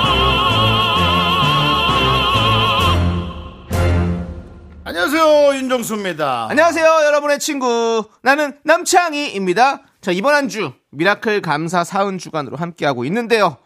안녕하세요 윤정수입니다. 안녕하세요, 여러분의 친구. 나는 남창희입니다. 자, 이번 한 주, 미라클 감사 사은 주간으로 함께하고 있는데요.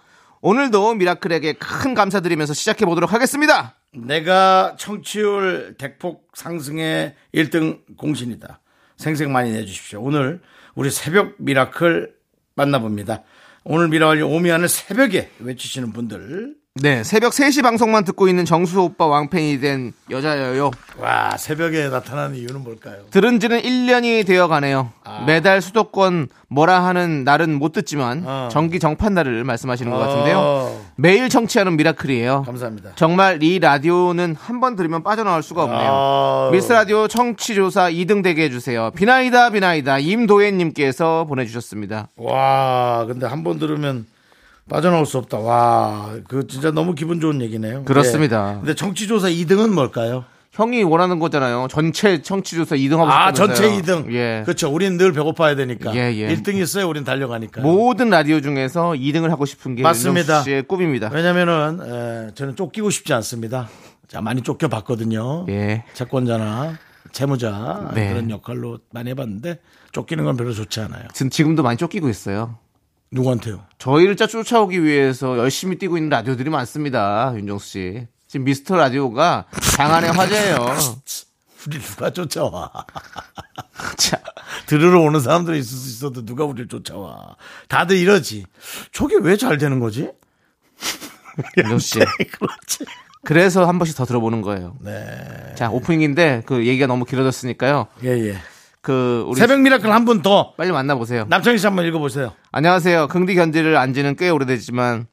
오늘도 미라클에게 큰 감사드리면서 시작해보도록 하겠습니다. 내가 청취율 대폭 상승의 1등 공신이다. 생색 많이 내주십시오. 오늘 우리 새벽 미라클 만나봅니다. 오늘 미라클 오미안을 새벽에 외치시는 분들. 네, 새벽 3시 방송만 듣고 있는 정수 오빠 왕팬이 된 여자여요. 와, 새벽에 나타나는 이유는 뭘까요? 들은 지는 1년이 되어 가네요. 아. 매달 수도권 뭐라 하는 날은 못 듣지만 어. 정기 정판 날을 말씀하시는 것 같은데요. 어. 매일 청취하는 미라클이에요. 감사합니다. 정말 이 라디오는 한 번 들으면 빠져나올 수가 없네요. 아. 미스 라디오 청취조사 2등 되게 해주세요. 비나이다 비나이다 임도현님께서 보내주셨습니다. 와, 근데 한 번 들으면 빠져나올 수 없다. 와, 그 진짜 너무 기분 좋은 얘기네요. 그렇습니다. 예. 근데 정치조사 2등은 뭘까요? 형이 원하는 거잖아요. 전체 청취조사 2등 하고 아, 싶다면서요. 전체 2등. 예. 그렇죠. 우린 늘 배고파야 되니까. 예, 뭐. 예. 1등 있어야 우린 달려가니까. 모든 라디오 중에서 2등을 하고 싶은 게 맞습니다. 윤정수 씨의 꿈입니다. 왜냐면은 에, 저는 쫓기고 싶지 않습니다. 자, 많이 쫓겨 봤거든요. 예. 채권자나 채무자 네. 그런 역할로 많이 해봤는데 쫓기는 건 별로 좋지 않아요. 지금- 지금도 많이 쫓기고 있어요. 누구한테요? 저희를 짜 쫓아오기 위해서 열심히 뛰고 있는 라디오들이 많습니다. 윤정수 씨. 지금 미스터 라디오가 장안의 화제예요. 우리 누가 쫓아와? 자, 들으러 오는 사람들이 있을 수 있어도 누가 우리를 쫓아와? 다들 이러지. 저게 왜 잘 되는 거지? 윤정수 씨. 그렇지. 그래서 한 번씩 더 들어보는 거예요. 네. 자, 오프닝인데 그 얘기가 너무 길어졌으니까요. 예, 예. 그 우리 새벽 미라클 한 분 더. 빨리 만나보세요. 남창희 씨 한번 읽어보세요. 안녕하세요. 긍디 견디를 안지는 꽤 오래됐지만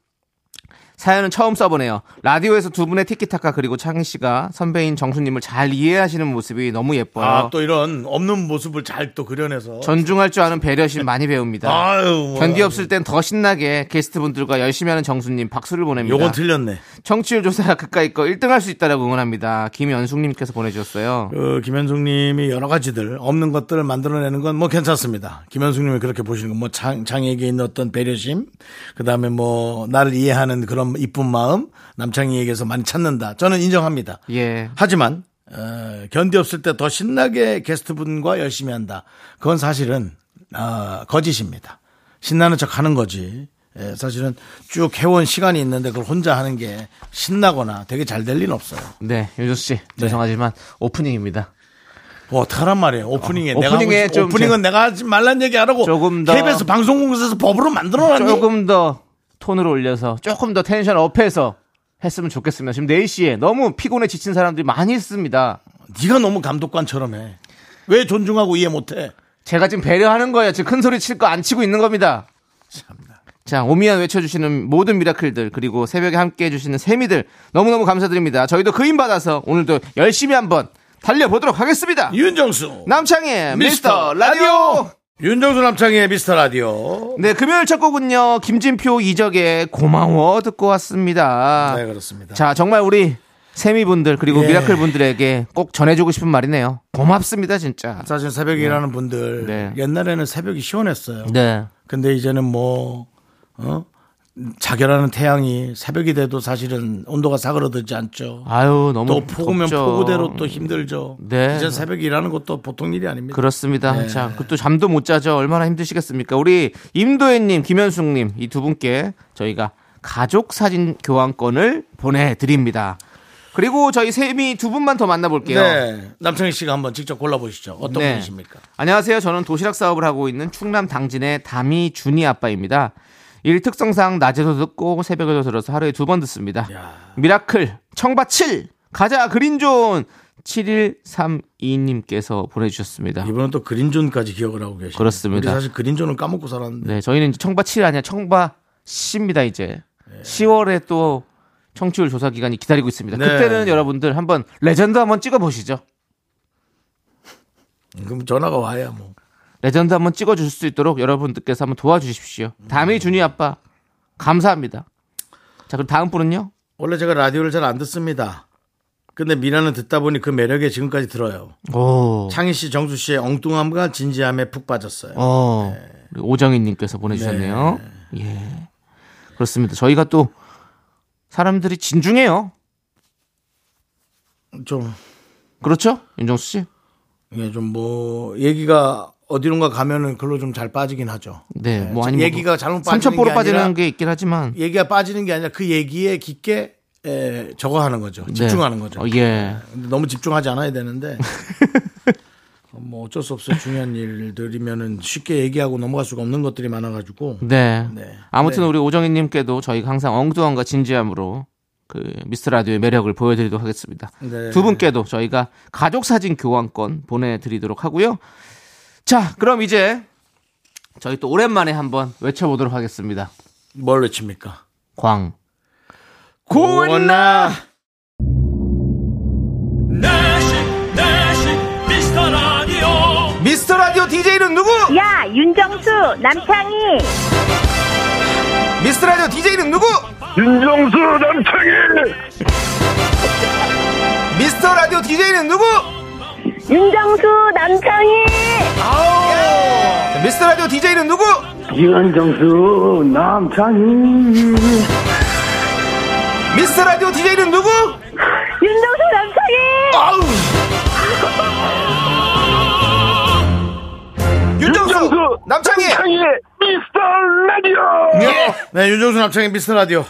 사연은 처음 써보네요. 라디오에서 두 분의 티키타카 그리고 창희 씨가 선배인 정수님을 잘 이해하시는 모습이 너무 예뻐요. 아, 또 이런 없는 모습을 잘 또 그려내서. 존중할 줄 아는 배려심 많이 배웁니다. 아유, 뭐. 견디 없을 땐 더 신나게 게스트분들과 열심히 하는 정수님 박수를 보냅니다. 요건 틀렸네. 청취율 조사 가까이 거 1등 할 수 있다라고 응원합니다. 김연숙님께서 보내주셨어요. 그 김현숙님이 여러 가지들 없는 것들을 만들어내는 건 뭐 괜찮습니다. 김현숙님이 그렇게 보시는 건 뭐 장창에게 있는 어떤 배려심, 그 다음에 뭐 나를 이해하는 그런 이쁜 마음, 남창희에게서 많이 찾는다. 저는 인정합니다. 예. 하지만 어, 견디 없을 때 더 신나게 게스트분과 열심히 한다. 그건 사실은 아, 거짓입니다. 신나는 척 하는 거지. 예, 사실은 쭉 해온 시간이 있는데 그걸 혼자 하는 게 신나거나 되게 잘 될 리는 없어요. 네, 윤조 씨 죄송하지만 오프닝입니다. 뭐 어떡하란 말이에요. 오프닝에 어, 내가 오프닝에 오프닝에 좀 오프닝은 내가 하지 말란 얘기 안 하고 조금 더- KBS 방송국에서 법으로 만들어놨니? 조금 더 톤을 올려서 조금 더 텐션 업해서 했으면 좋겠습니다. 지금 4시에 너무 피곤에 지친 사람들이 많이 있습니다. 네가 너무 감독관처럼 해. 왜 존중하고 이해 못해? 제가 지금 배려하는 거예요. 지금 큰 소리 칠 거 안 치고 있는 겁니다. 자, 오미안 외쳐주시는 모든 미라클들, 그리고 새벽에 함께 해주시는 세미들, 너무너무 감사드립니다. 저희도 그인 받아서 오늘도 열심히 한번 달려보도록 하겠습니다. 윤정수 남창의 미스터 라디오! 윤정수 남창의 미스터 라디오. 네, 금요일 첫 곡은요, 김진표 이적의 고마워 듣고 왔습니다. 네 그렇습니다. 자, 정말 우리 세미분들, 그리고 예. 미라클 분들에게 꼭 전해주고 싶은 말이네요. 고맙습니다, 진짜. 사실 새벽에 일하는 분들 네. 옛날에는 새벽이 시원했어요. 네. 근데 이제는 뭐 어? 자결하는 태양이 새벽이 돼도 사실은 온도가 사그러들지 않죠. 아유, 너무. 또 폭우면 덥죠. 폭우대로 또 힘들죠. 네. 이제 새벽에 일하는 것도 보통 일이 아닙니다. 그렇습니다. 네. 자, 그또 잠도 못 자죠. 얼마나 힘드시겠습니까? 우리 임도현님, 김현숙님 이 두 분께 저희가 가족 사진 교환권을 보내드립니다. 그리고 저희 세미 두 분만 더 만나볼게요. 네. 남창희 씨가 한번 직접 골라보시죠. 어떤 네. 분이십니까? 안녕하세요. 저는 도시락 사업을 하고 있는 충남 당진의 담이 준이 아빠입니다. 일 특성상 낮에도 듣고 새벽에도 들어서 하루에 두 번 듣습니다. 미라클 청바 7 가자 그린존 7132님께서 보내주셨습니다. 이분은 또 그린존까지 기억을 하고 계시네요. 그렇습니다. 우리 사실 그린존은 까먹고 살았는데. 네, 저희는 이제 청바 7 아니야 청바 10입니다 이제. 10월에 또 청취율 조사 기간이 기다리고 있습니다. 네. 네. 그때는 여러분들 한번 레전드 한번 찍어 보시죠. 그럼 전화가 와야 뭐. 레전드 한번 찍어주실 수 있도록 여러분들께서 한번 도와주십시오. 음. 담임 준이 아빠 감사합니다. 자 그럼 다음 분은요. 원래 제가 라디오를 잘 안 듣습니다. 근데 미라는 듣다 보니 그 매력에 지금까지 들어요. 오. 창희 씨, 정수 씨의 엉뚱함과 진지함에 푹 빠졌어요. 어. 우리 오정희님께서 보내주셨네요. 예. 그렇습니다. 저희가 또 사람들이 진중해요. 좀, 그렇죠? 윤정수 씨? 예, 좀 뭐, 얘기가 어디론가 가면은 글로 좀 잘 빠지긴 하죠. 네. 뭐 저- 아니면 얘기가 뭐 잘못 빠지는 삼천포로 게 빠지는 아니라- 예, 게 있긴 하지만 얘기가 빠지는 게 아니라 그 얘기에 깊게 에, 저거 하는 거죠. 집중하는 네. 거죠. 어, 예. 근데 너무 집중하지 않아야 되는데 어, 뭐 어쩔 수 없어요. 중요한 일들이면은 쉽게 얘기하고 넘어갈 수가 없는 것들이 많아가지고 네. 네. 아무튼 네. 우리 오정희님께도 저희가 항상 엉뚱함과 진지함으로 그 미스터 라디오의 매력을 보여드리도록 하겠습니다. 네. 두 분께도 저희가 가족 사진 교환권 보내드리도록 하고요. 자, 그럼 이제 저희 또 오랜만에 한번 외쳐보도록 하겠습니다. 뭘 외칩니까? 광. 고원나 내식 내식 미스터 라디오 미스터 라디오 DJ는 누구? 야, 윤정수, 남창희. 미스터 라디오 DJ는 누구? 윤정수 남창희 미스터 라디오 DJ는 누구? 윤정수, 남창희. 미스터 라디오 DJ는 누구? 이현정수 남창희 미스터 라디오 DJ는 누구? 윤정수, 남창희. 윤정수 남창희. 미스터 라디오 네, 윤정수 남창의 미스터 라디오.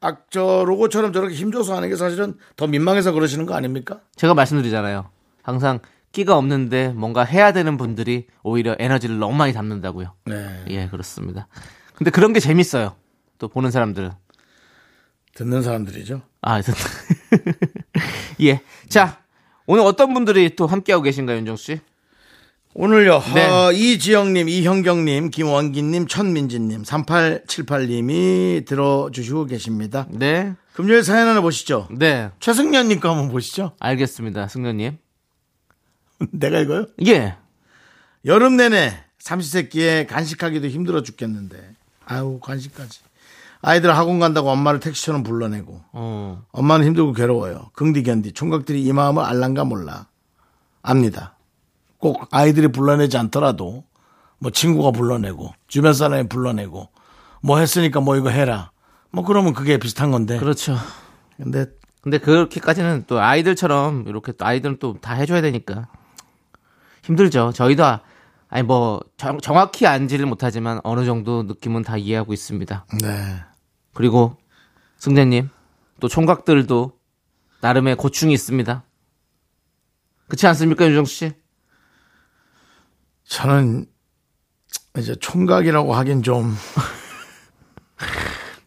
악저 로고처럼 저렇게 힘줘서 하는 게 사실은 더 민망해서 그러시는 거 아닙니까? 제가 말씀드리잖아요. 항상 끼가 없는데 뭔가 해야 되는 분들이 오히려 에너지를 너무 많이 담는다고요. 네. 예, 그렇습니다. 근데 그런 게 재밌어요. 또 보는 사람들은. 듣는 사람들이죠. 아, 하여튼. 예. 자, 오늘 어떤 분들이 또 함께하고 계신가요, 윤정수 씨? 오늘요, 네. 어, 이지영님, 이형경님, 김원기님, 천민지님, 3878님이 들어주시고 계십니다. 네. 금요일 사연 하나 보시죠. 네. 최승년님 거 한번 보시죠. 알겠습니다, 승려님. 내가 읽어요? 예. 여름 내내 삼시세끼에 간식하기도 힘들어 죽겠는데. 아우, 간식까지. 아이들 학원 간다고 엄마를 택시처럼 불러내고. 어. 엄마는 힘들고 괴로워요. 긍디견디 총각들이 이 마음을 알란가 몰라. 압니다. 꼭 아이들이 불러내지 않더라도 뭐 친구가 불러내고 주변 사람이 불러내고 뭐 했으니까 뭐 이거 해라. 뭐 그러면 그게 비슷한 건데. 그렇죠. 근데 근데 그렇게까지는 또 아이들처럼 이렇게 또 아이들은 또 다 해줘야 되니까 힘들죠. 저희도 아- 아니 뭐 정, 확히 안지를 못하지만 어느 정도 느낌은 다 이해하고 있습니다. 네. 그리고 승재님 또 총각들도 나름의 고충이 있습니다. 그렇지 않습니까 윤정수 씨? 저는 이제 총각이라고 하긴 좀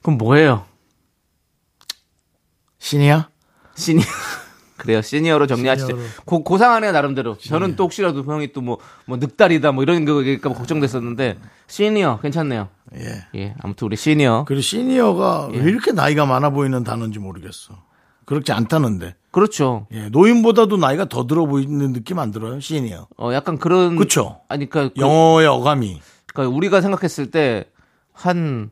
그럼 뭐예요? 신이야? 시니어 그래요 시니어로 정리하시죠. 시니어로. 고, 고상하네요 나름대로. 저는 또 혹시라도 형이 또 뭐 뭐 늑다리다 뭐 이런 거니까 걱정됐었는데 시니어 괜찮네요. 예. 예, 아무튼 우리 시니어. 그리고 예. 시니어가 왜 이렇게 나이가 많아 보이는 단어인지 모르겠어. 그렇지 않다는데. 그, 렇죠 예, 노인보다도 나이가 더 들어 보이는 느낌 안 들어요? 시니어. 어, 약간 그런. 그쵸? 아니, 그니까, 그, 영어의 어감이. 러니까 우리가 생각했을 때, 한,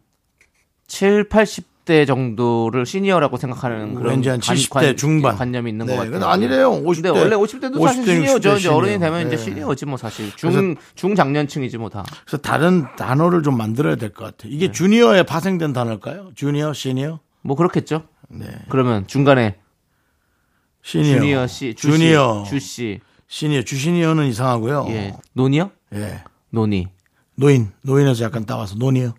7, 80대 정도를 시니어라고 생각하는 그런. 왠지 한 관- 70대 관- 중반. 관념이 있는 네, 것 같아요. 근데 아니래요. 50대. 근데 원래 50대도 50대, 사실 시니어죠. 이제 어른이 되면 네. 이제 시니어지 뭐 사실. 중, 중장년층이지 뭐 다. 그래서 다른 단어를 좀 만들어야 될 것 같아요. 네. 이게 주니어에 파생된 단어일까요? 주니어, 시니어? 뭐 그렇겠죠. 그러면 중간에 네. 시니어. 주니어 씨, 주 주니어. 씨, 주 씨, 시니어. 주시니어는 이상하고요. 예, 노니어, 예. 노니. 노인. 노인에서 약간 따와서 노니어.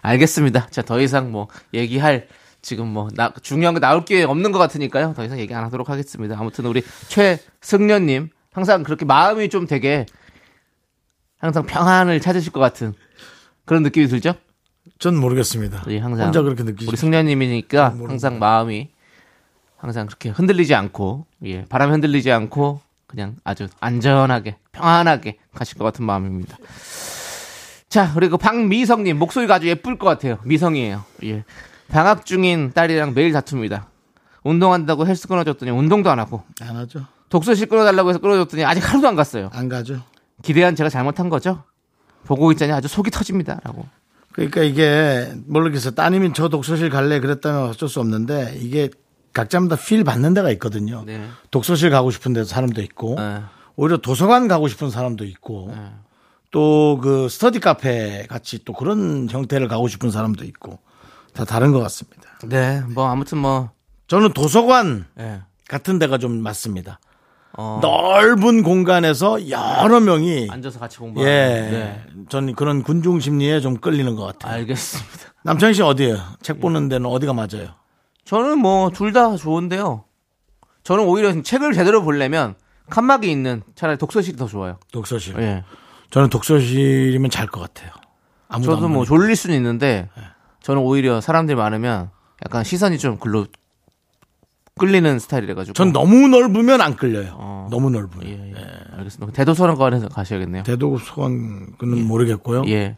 알겠습니다. 자, 더 이상 뭐 얘기할 지금 뭐 나, 중요한 거 나올 기회 없는 것 같으니까요. 더 이상 얘기 안 하도록 하겠습니다. 아무튼 우리 최승련님 항상 그렇게 마음이 좀 되게 항상 평안을 찾으실 것 같은 그런 느낌이 들죠? 전 모르겠습니다. 우리 항상 혼자 그렇게 느끼죠. 아, 우리 승련님이니까 항상 마음이 항상 그렇게 흔들리지 않고 예, 바람 흔들리지 않고 그냥 아주 안전하게 평안하게 가실 것 같은 마음입니다. 자 그리고 박미성님 목소리가 아주 예쁠 것 같아요. 미성이에요. 예. 방학 중인 딸이랑 매일 다툽니다. 운동한다고 헬스 끊어줬더니 운동도 안 하고 안 하죠. 독서실 끌어달라고 해서 끌어줬더니 아직 하루도 안 갔어요. 안 가죠. 기대한 제가 잘못한 거죠? 보고 있자니 아주 속이 터집니다. 라고. 그러니까 이게 모르겠어요. 따님이 저 독서실 갈래 그랬다면 어쩔 수 없는데 이게 각자마다 필 받는 데가 있거든요. 네. 독서실 가고 싶은 데 사람도 있고 네. 오히려 도서관 가고 싶은 사람도 있고 또 그 스터디 카페 같이 또 그런 형태를 가고 싶은 사람도 있고 다 다른 것 같습니다. 네, 뭐 아무튼 뭐. 저는 도서관 예. 같은 데가 좀 맞습니다. 어, 넓은 공간에서 여러 명이 앉아서 같이 예, 공부하는. 네. 저는 그런 군중 심리에 좀 끌리는 것 같아요. 알겠습니다. 남창희 씨 어디예요? 책 보는 데는 어디가 맞아요? 저는 뭐 둘 다 좋은데요. 저는 오히려 책을 제대로 보려면 칸막이 있는 차라리 독서실이 더 좋아요. 독서실. 예. 저는 독서실이면 잘 것 같아요. 아무도 저도 안 뭐 보니까. 예. 졸릴 수는 있는데 저는 오히려 사람들이 많으면 약간 시선이 좀 글로 끌리는 스타일이라 가지고. 전 너무 넓으면 안 끌려요. 어. 너무 넓으면. 예, 예. 알겠습니다. 대도서관에서 가셔야겠네요. 대도서관 그는 모르겠고요. 예.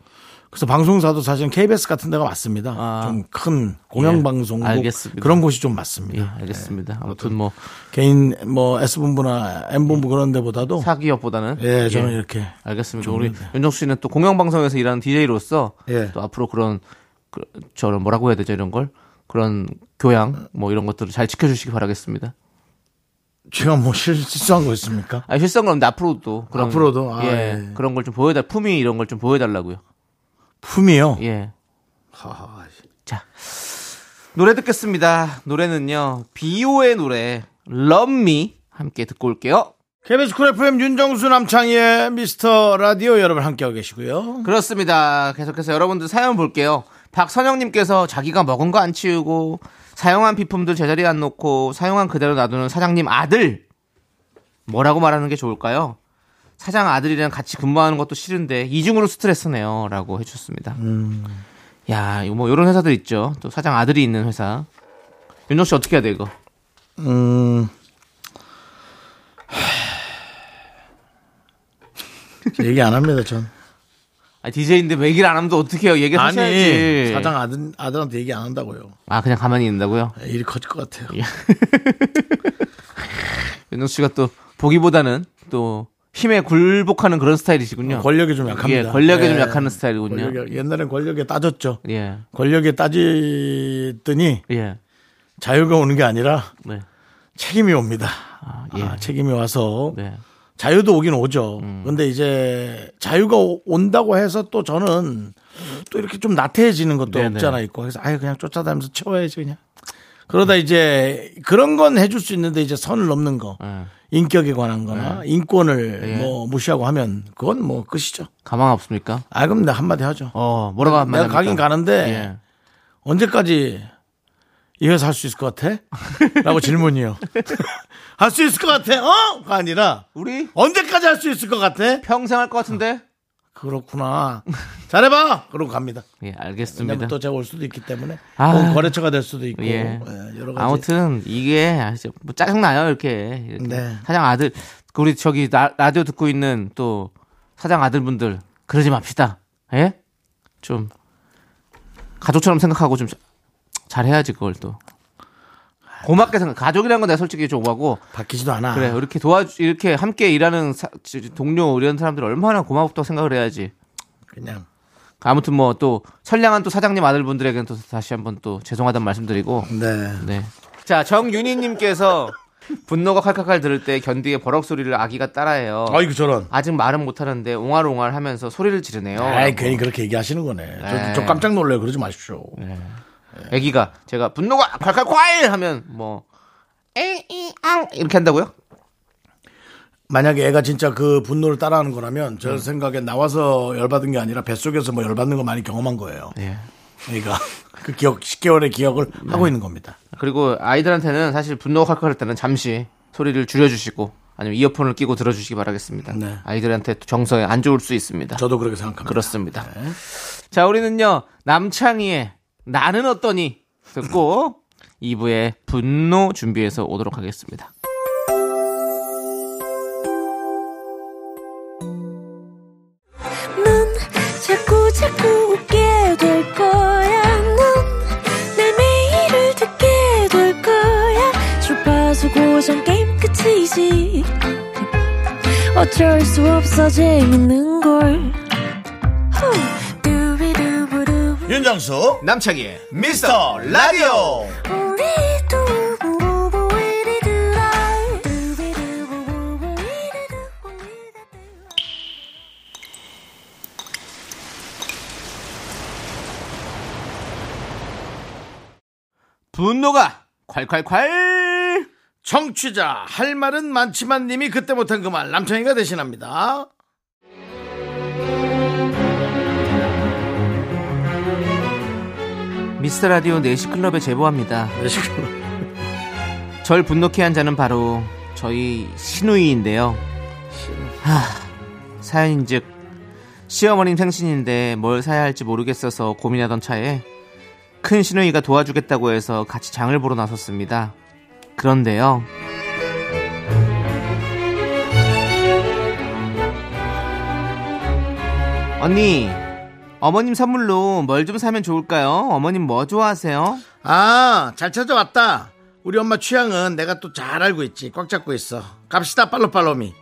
그래서 방송사도 사실은 KBS 같은 데가 맞습니다. 아. 좀 큰 공영방송 예, 알겠습니다. 그런 곳이 좀 예, 맞습니다. 알겠습니다. 아무튼 뭐 개인 뭐 S본부나 M본부 그런 데보다도 예. 사기업보다는 어. 예, 저는 이렇게 알겠습니다. 우리 윤정수 씨는 또 공영방송에서 일하는 DJ로서 예. 또 앞으로 그런 그, 저런 뭐라고 해야 되죠 이런 걸 그런 교양 뭐 이런 것들을 잘 지켜주시기 바라겠습니다. 제가 뭐 실- 실수한 거 있습니까? 아 실상 그럼 앞으로도 그런 앞으로도? 아, 예, 예. 그런 걸 좀 보여달 품위 이런 걸 좀 보여달라고요. 품이요. 예. 자 노래 듣겠습니다. 노래는요 비오의 노래 Love Me 함께 듣고 올게요. KBS 쿨 FM 윤정수 남창희의 미스터 라디오 여러분 함께하고 계시고요. 그렇습니다. 계속해서 여러분들 사연 볼게요. 박선영님께서 자기가 먹은 거 안 치우고 사용한 비품들 제자리에 안 놓고 사용한 그대로 놔두는 사장님 아들 뭐라고 말하는 게 좋을까요? 사장 아들이랑 같이 근무하는 것도 싫은데 이중으로 스트레스네요라고 해주셨습니다. 음. 야, 이거 뭐 이런 회사들 있죠. 또 사장 아들이 있는 회사. 윤정 씨 어떻게 해야 돼 이거? 음. 하... 얘기 안 합니다, 전. 아, DJ인데 왜 얘기를 안 하면 또 어떻게 해요? 얘기를 하셔야지. 사장 아들, 아들한테 얘기 안 한다고요. 예, 아, 그냥 가만히 있는다고요? 일이 커질 것 같아요. 예. 윤정 씨가 또 보기보다는 또 힘에 굴복하는 그런 스타일이시군요. 어, 권력이 좀 약합니다. 예, 권력에 좀 예, 약하는 스타일이군요. 권력에- 옛날엔 권력에 따졌죠. 예. 권력에 따지더니 예. 자유가 오는 게 아니라 네. 책임이 옵니다. 아, 예. 아, 책임이 와서 네. 자유도 오긴 오죠. 음. 근데 이제 자유가 오- 온다고 해서 또 저는 또 이렇게 좀 나태해지는 것도 네네. 없잖아 있고 그래서 아예 그냥 쫓아다니면서 채워야지 그냥. 그러다 이제 그런 건 해줄 수 있는데 이제 선을 넘는 거 예. 인격에 관한 거나 인권을 네. 예. 뭐 무시하고 하면 그건 뭐 끝이죠. 가망 없습니까? 아 그럼 내가 한마디 하죠. 어, 뭐라고 하면 네, 내가 가긴 가는데 예. 언제까지 이 회사 할 수 있을 것 같아? 라고 질문이요. 할 수 있을 것 같아? 어? 가 아니라 우리 언제까지 할 수 있을 것 같아? 평생 할 것 같은데? 그렇구나. 잘해봐. 그러고 갑니다. 예, 왜냐면 알겠습니다. 또 제가 올 수도 있기 때문에 아. 혹은 거래처가 될 수도 있고 예. 예, 여러 가지. 아무튼 이게 아시죠? 뭐 짜증나요, 이렇게. 이렇게. 네. 사장 아들 그 우리 저기 라, 라디오 듣고 있는 또 사장 아들분들 그러지 맙시다. 예? 좀 가족처럼 생각하고 좀 잘해야지 그걸 또 고맙게 생각. 가족이라는 건 내가 솔직히 좀 오하고 바뀌지도 않아. 그래 이렇게 도와주 이렇게 함께 일하는 사- 지- 지- 동료 이런 사람들 얼마나 고맙다고 생각을 해야지. 그냥 아무튼 뭐 또 선량한 또 사장님 아들분들에게는 또 다시 한번 또 죄송하다는 말씀드리고 네. 네. 자, 정윤희님께서 분노가 칼칼칼 들을 때 견디의 버럭 소리를 아기가 따라해요. 아이고 저런. 아직 말은 못하는데 옹알옹알 하면서 소리를 지르네요. 아이 괜히 그렇게 얘기하시는 거네. 뭐. 네. 저, 저 깜짝 놀래요. 그러지 마십시오. 아기가 제가 분노가 칼칼칼 하면 뭐 에이앙 이렇게 한다고요? 만약에 애가 진짜 그 분노를 따라하는 거라면 네. 저 생각에 나와서 열받은 게 아니라 뱃속에서 뭐 열받는 거 많이 경험한 거예요. 예. 그러니까 그 기억 10개월의 기억을 네. 하고 있는 겁니다. 그리고 아이들한테는 사실 분노가 칼칼할 때는 잠시 소리를 줄여주시고 아니면 이어폰을 끼고 들어주시기 바라겠습니다. 네. 아이들한테 정서에 안 좋을 수 있습니다. 저도 그렇게 생각합니다. 그렇습니다. 자, 우리는요, 남창희의 나는 어떠니 듣고 2부의 분노 준비해서 오도록 하겠습니다. 넌 자꾸 자꾸 웃게 될 거야. 넌내 매일을 듣게 될 거야. 주파수 고정 게임 끝이지. 어쩔 수 없어 재밌는 걸 후. 두비두부두. 윤정수 남창희의 미스터 라디오 우리 두부부부 이리들아. 두비두부부부 이리두부 이리들아. 분노가 콸콸콸 정취자 할 말은 많지만 님이 그때 못한 그 말 남창희가 대신합니다. 미스터 라디오 4시 클럽에 제보합니다. 네, 지금 절 분노케 한 자는 바로 저희 시누이인데요. 하, 사연인즉 시어머님 생신인데 뭘 사야 할지 모르겠어서 고민하던 차에 큰 시누이가 도와주겠다고 해서 같이 장을 보러 나섰습니다. 그런데요. 언니, 어머님 선물로 뭘 좀 사면 좋을까요? 어머님 뭐 좋아하세요? 아, 잘 찾아왔다. 우리 엄마 취향은 내가 또 잘 알고 있지. 꽉 잡고 있어. 갑시다, 팔로팔로미.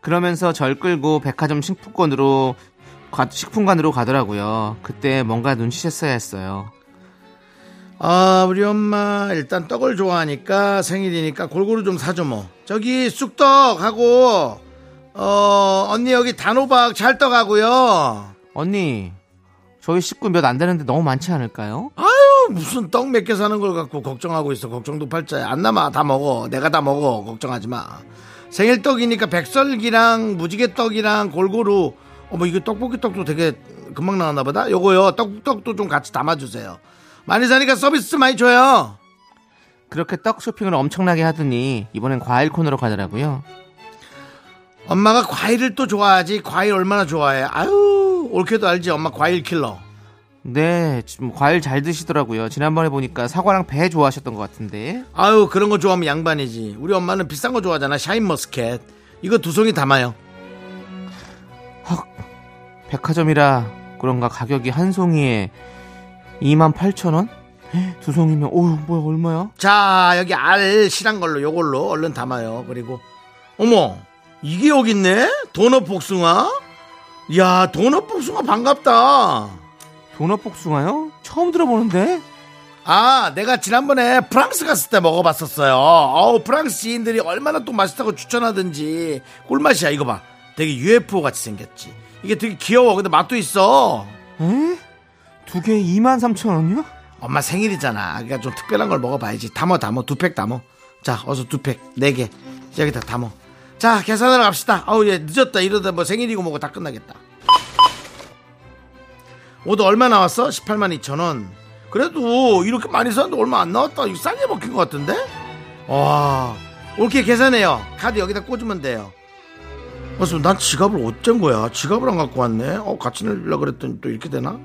그러면서 절 끌고 백화점 식품권으로 가- 식품관으로 가더라고요. 그때 뭔가 눈치챘어야 했어요. 아, 우리 엄마 일단 떡을 좋아하니까 생일이니까 골고루 좀 사줘 뭐. 저기 쑥떡하고 어, 언니 여기 단호박 찰떡하고요. 언니, 저희 식구 몇 안 되는데 너무 많지 않을까요? 아유, 무슨 떡 몇 개 사는 걸 갖고 걱정하고 있어. 걱정도 팔자야. 안 남아. 다 먹어. 내가 다 먹어. 걱정하지 마. 생일 떡이니까 백설기랑 무지개 떡이랑 골고루 어머 이거 떡볶이 떡도 되게 금방 나왔나 보다. 요거요. 떡떡도 좀 같이 담아 주세요. 많이 사니까 서비스 많이 줘요. 그렇게 떡 쇼핑을 엄청나게 하더니 이번엔 과일 코너로 가더라고요. 엄마가 과일을 또 좋아하지 과일 얼마나 좋아해 아유 올케도 알지 엄마 과일 킬러 네, 지금 과일 잘 드시더라고요. 지난번에 보니까 사과랑 배 좋아하셨던 것 같은데. 아유 그런 거 좋아하면 양반이지 우리 엄마는 비싼 거 좋아하잖아 샤인머스켓 이거 두 송이 담아요 백화점이라 그런가 가격이 한 송이에 28,000원? 두 송이면 어휴 뭐야 얼마야? 자 여기 알 실한 걸로 요걸로 얼른 담아요 그리고 어머 이게 여기 있네 도넛 복숭아 야 도넛 복숭아 반갑다 도넛 복숭아요? 처음 들어보는데. 아, 내가 지난번에 프랑스 갔을 때 먹어봤었어요. 어우, 프랑스 지인들이 얼마나 또 맛있다고 추천하든지. 꿀맛이야, 이거 봐. 되게 UFO 같이 생겼지. 이게 되게 귀여워. 근데 맛도 있어. 에? 두 개에 23,000원이요? 엄마 생일이잖아. 그러니까 좀 특별한 걸 먹어봐야지. 담어, 담어. 두 팩 담어. 자, 어서 두 팩. 네 개. 여기다 담어. 자, 계산하러 갑시다. 아우, 얘 늦었다. 이러다 뭐 생일이고 뭐고 다 끝나겠다. 옷 얼마 나왔어? 18만 2천 원. 그래도 이렇게 많이 샀는데 얼마 안 나왔다. 이거 싸게 먹힌 것 같은데? 와, 올게 계산해요. 카드 여기다 꽂으면 돼요. 그래서 난 지갑을 어쩐 거야? 지갑을 안 갖고 왔네. 어, 같이 내려고 그랬더니 또 이렇게 되나?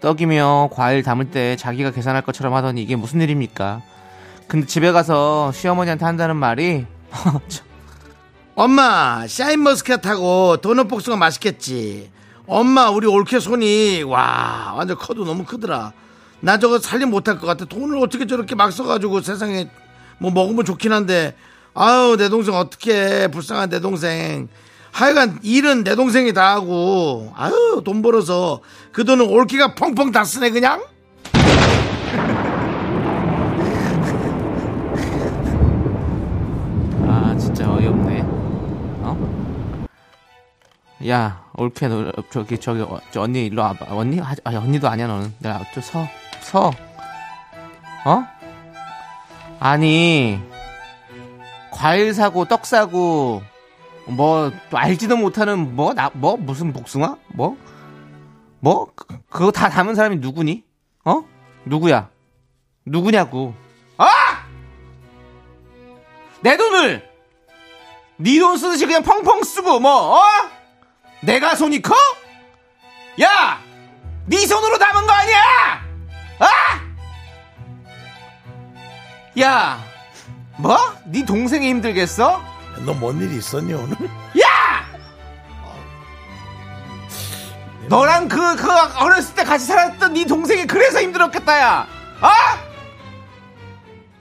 떡이며 과일 담을 때 자기가 계산할 것처럼 하더니 이게 무슨 일입니까? 근데 집에 가서 시어머니한테 한다는 말이 참, 엄마 샤인머스켓하고 도넛 복숭아 맛있겠지 엄마 우리 올케 손이 와 완전 커도 너무 크더라 나 저거 살림 못할 것 같아 돈을 어떻게 저렇게 막 써가지고 세상에 뭐 먹으면 좋긴 한데 아우 내 동생 어떻게 불쌍한 내 동생 하여간 일은 내 동생이 다 하고 아유 돈 벌어서 그 돈은 올케가 펑펑 다 쓰네 그냥 아 진짜 어이없네. 어? 야 올케 너 저기 저기 어, 저 언니 일로 와봐 언니 하 아니, 언니도 아니야 너는 야저서서 서. 어? 아니 과일 사고 떡 사고 뭐 또 알지도 못하는 뭐 나 뭐 무슨 복숭아 뭐 뭐? 그- 그거 다 담은 사람이 누구니? 어? 누구야? 누구냐고. 아! 내 돈을! 네 돈 쓰듯이 그냥 펑펑 쓰고, 뭐, 어? 내가 손이 커? 야! 네 손으로 담은 거 아니야! 아! 야! 뭐? 네 동생이 힘들겠어? 너 뭔 일이 있었니 오늘? 야! 너랑 그, 그 어렸을 때 같이 살았던 네 동생이 그래서 힘들었겠다, 야! 아!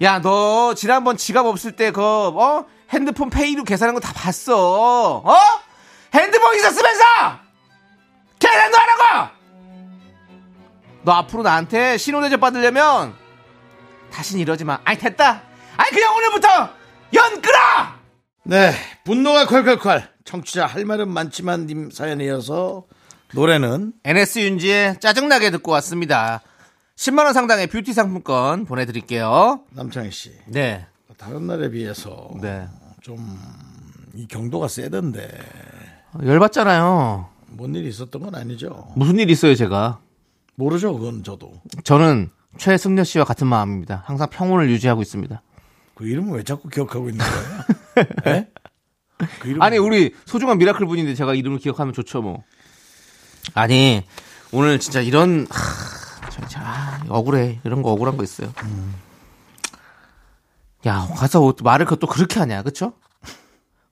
야, 너 지난번 지갑 없을 때 그, 어? 핸드폰 페이로 계산한 거 다 봤어. 어? 핸드폰 기사 쓰면서 계산도 하라고. 너 앞으로 나한테 신호 대접 받으려면 다신 이러지 마. 아이 됐다. 아이 그냥 오늘부터 연 끌어. 네, 분노가 콸콸콸. 청취자 할 말은 많지만 님 사연에 이어서 노래는 NS 윤지의 짜증나게 듣고 왔습니다. 10만 원 상당의 뷰티 상품권 보내드릴게요. 남창희 씨. 네. 다른 날에 비해서 네. 좀 이 경도가 세던데 열받잖아요. 뭔 일이 있었던 건 아니죠? 무슨 일 있어요 제가? 모르죠, 그건 저도. 저는 최승려 씨와 같은 마음입니다. 항상 평온을 유지하고 있습니다. 그 이름은 왜 자꾸 기억하고 있는 거예요? 예? 그 이름 아니 우리 소중한 미라클 분인데 제가 이름을 기억하면 좋죠 뭐. 아니 오늘 진짜 이런 하, 진짜 아, 억울해 이런 거 억울한 거 있어요. 음. 야 가서 어- 말을 그- 또 그렇게 하냐 그쵸?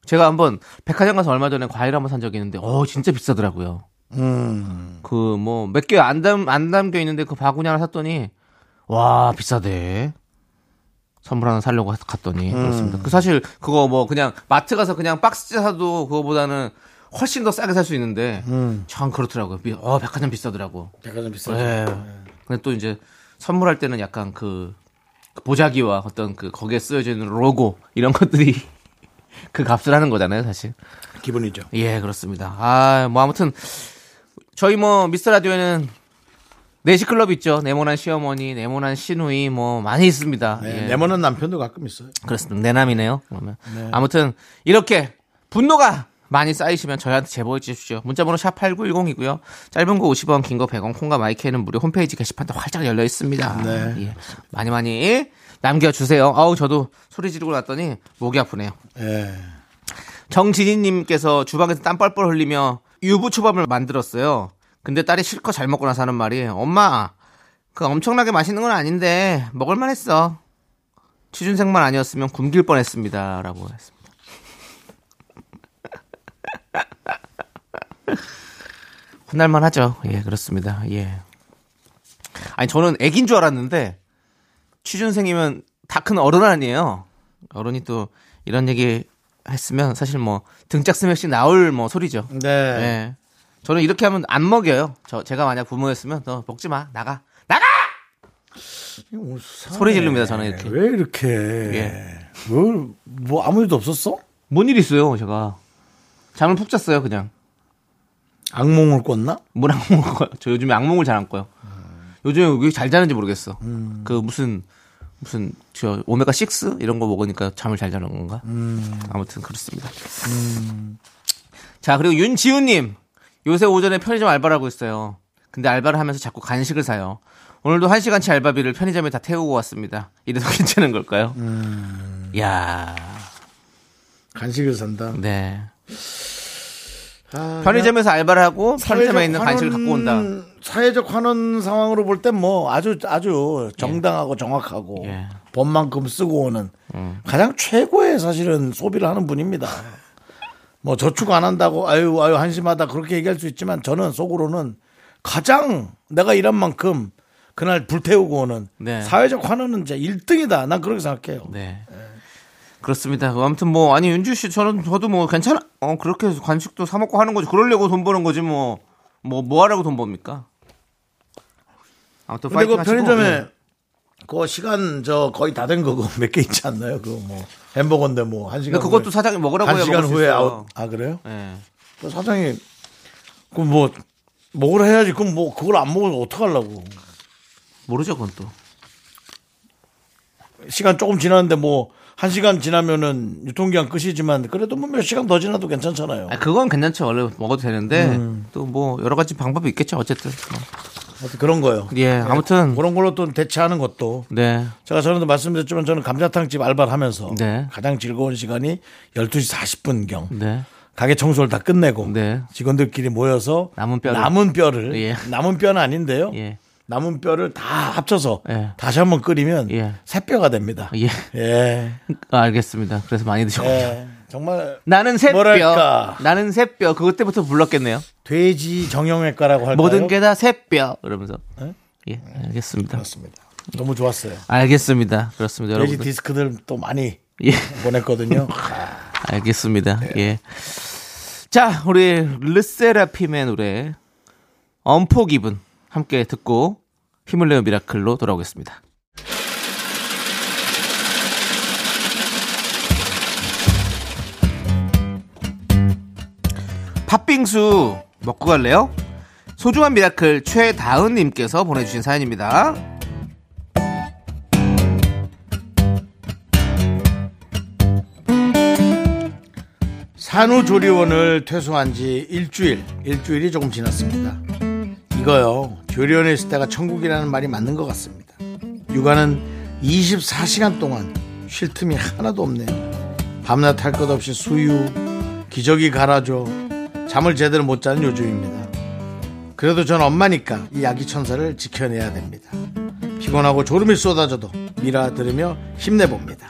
제가 한번 백화점 가서 얼마 전에 과일 한번 산 적이 있는데 어 진짜 비싸더라고요. 음. 그 뭐 몇 개 안 담 안 담겨 있는데 그 바구니 하나 샀더니 와 비싸대. 선물 하나 사려고 해서 갔더니 음. 그렇습니다. 그 사실 그거 뭐 그냥 마트 가서 그냥 박스 사도 그거보다는 훨씬 더 싸게 살 수 있는데 음. 참 그렇더라고요. 미- 어 백화점 비싸더라고. 백화점 비싸죠. 예. 근데 또 이제 선물할 때는 약간 그, 그 보자기와 어떤 그 거기에 쓰여져 있는 로고 이런 것들이 그 값을 하는 거잖아요, 사실. 기분이죠. 예, 그렇습니다. 아, 뭐 아무튼 저희 뭐 미스터 라디오에는 내시 클럽 있죠. 네모난 시어머니, 네모난 시누이 뭐 많이 있습니다. 네, 예. 네모난 남편도 가끔 있어요. 그렇습니다. 내남이네요. 그러면 아무튼 이렇게 분노가 많이 쌓이시면 저희한테 제보해 주십시오. 문자번호 샵 8910이고요. 짧은 거 50원, 긴 거 100원, 콩과 마이크는 무료 홈페이지 게시판도 활짝 열려 있습니다. 네, 예. 많이 많이 남겨주세요. 아우 저도 소리 지르고 났더니 목이 아프네요. 예. 정진희님께서 주방에서 땀 뻘뻘 흘리며 유부초밥을 만들었어요. 근데 딸이 실컷 잘 먹고 나서 하는 말이 엄마 그 엄청나게 맛있는 건 아닌데 먹을만 했어. 취준생만 아니었으면 굶길 뻔했습니다. 라고 했습니다. 혼날만 하죠. 예, 그렇습니다. 예. 아니, 저는 애긴 줄 알았는데, 취준생이면 다 큰 어른 아니에요. 어른이 또 이런 얘기 했으면 사실 뭐 등짝 스매시 나올 뭐 소리죠. 네. 예. 저는 이렇게 하면 안 먹여요. 저 제가 만약 부모였으면 너 먹지 마. 나가. 나가! 오늘 수상해. 소리 지릅니다, 저는 이렇게. 뭐 왜 이렇게? 예. 뭘, 뭐 아무 일도 없었어? 뭔 일 있어요, 제가. 잠을 푹 잤어요, 그냥. 악몽을 꿨나? 뭘 악몽을 꿔요? 저 요즘에 악몽을 잘 안 꿔요. 요즘에 왜 잘 자는지 모르겠어. 그 무슨, 무슨, 저, 오메가6? 이런 거 먹으니까 잠을 잘 자는 건가? 아무튼 그렇습니다. 자, 그리고 윤지우님. 요새 오전에 편의점 알바를 하고 있어요. 근데 알바를 하면서 자꾸 간식을 사요. 오늘도 한시간치 알바비를 편의점에 다 태우고 왔습니다. 이래도 괜찮은 걸까요? 야 간식을 산다. 네. 아, 편의점에서 알바를 하고 편의점에 있는 간식을 갖고 온다. 사회적 환원 상황으로 볼 땐 뭐 아주 아주 정당하고 정확하고 예. 음. 법만큼 쓰고 오는 가장 최고의 사실은 소비를 하는 분입니다. 뭐 저축 안 한다고 아유 아유 한심하다 그렇게 얘기할 수 있지만 저는 속으로는 가장 내가 일한 만큼 그날 불태우고 오는 네. 사회적 환원은 제 1등이다. 난 그렇게 생각해요. 네. 그렇습니다. 아무튼 뭐 아니 윤주 씨 저는 저도 뭐 괜찮아. 어 그렇게 해서 간식도 사 먹고 하는 거지. 그러려고 돈 버는 거지 뭐 뭐 뭐 하라고 돈 법니까? 아무튼 근데 그 파이팅 하시고. 편의점에 네. 그 시간 저 거의 다 된 거고 몇 개 있지 않나요? 그거 뭐 햄버거인데 뭐 한 시간 근데 그것도 후에. 사장이 먹으라고 한 해야 시간 먹을 수 후에 있어요. 아웃. 아 그래요? 네. 그 사장이 그 뭐 먹으라 해야지. 그럼 뭐 그걸 안 먹으면 어떡하려고. 모르죠 그건 또. 시간 조금 지났는데 뭐 한 시간 지나면은 유통기한 끝이지만 그래도 뭐 몇 시간 더 지나도 괜찮잖아요. 아 그건 괜찮죠. 원래 먹어도 되는데 음. 또 뭐 여러 가지 방법이 있겠죠. 어쨌든. 뭐. 하여튼 그런 거예요. 네. 예. 아무튼 그런 걸로 또 대체하는 것도 네. 제가 전에도 말씀드렸지만 저는 감자탕집 알바를 하면서 네. 가장 즐거운 시간이 12시 40분경 네. 가게 청소를 다 끝내고 네. 직원들끼리 모여서 남은 뼈를. 남은 뼈를 예. 남은 뼈는 아닌데요. 예. 남은 뼈를 다 합쳐서 예. 다시 한번 끓이면 예. 새 뼈가 됩니다. 예. 예. 아, 알겠습니다. 그래서 많이 드셨군요. 예. 정말 나는 새뼈. 뭐랄까. 나는 새뼈. 그것 때부터 불렀겠네요. 돼지 정형외과라고 할까요? 모든 게 다 새뼈 이러면서 네? 예 알겠습니다 그렇습니다. 너무 좋았어요. 알겠습니다 그렇습니다 돼지 여러분 디스크들 또 많이 예, 보냈거든요. 알겠습니다. 예. 자, 우리 르세라핌의 노래 엄포 기분 함께 듣고 힘을 내어 미라클로 돌아오겠습니다. 팥빙수 먹고 갈래요? 소중한 미라클 최다은님께서 보내주신 사연입니다. 산후조리원을 퇴소한 지 일주일, 일주일이 조금 지났습니다. 이거요, 조리원에 있을 때가 천국이라는 말이 맞는 것 같습니다. 육아는 24시간 동안 쉴 틈이 하나도 없네요. 밤낮 할 것 없이 수유, 기저귀 갈아줘, 잠을 제대로 못 자는 요즘입니다. 그래도 전 엄마니까 이 아기 천사를 지켜내야 됩니다. 피곤하고 졸음이 쏟아져도 미라 들으며 힘내봅니다.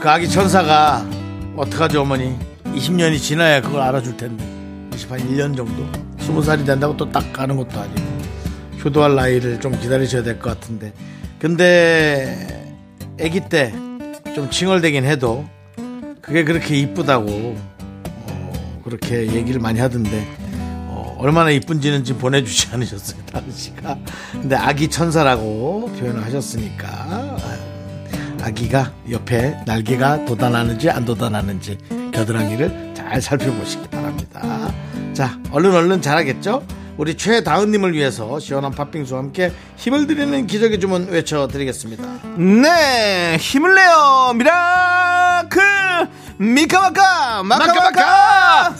그 아기 천사가 어떡하지 어머니 20년이 지나야 그걸 알아줄 텐데 21년 정도 20살이 된다고 또 딱 가는 것도 아니고 효도할 나이를 좀 기다리셔야 될 것 같은데 근데 아기 때 좀 칭얼대긴 해도 그게 그렇게 이쁘다고 어, 그렇게 얘기를 많이 하던데 어, 얼마나 이쁜지는 지금 보내주지 않으셨어요 당시가 근데 아기 천사라고 표현을 하셨으니까 아유. 아기가 옆에 날개가 돋아나는지 안 돋아나는지 겨드랑이를 잘 살펴보시기 바랍니다. 자, 얼른 얼른 잘하겠죠? 우리 최다은님을 위해서 시원한 팥빙수와 함께 힘을 드리는 기적의 주문 외쳐드리겠습니다. 네, 힘을 내요, 미라클! 미카마카! 마카마카!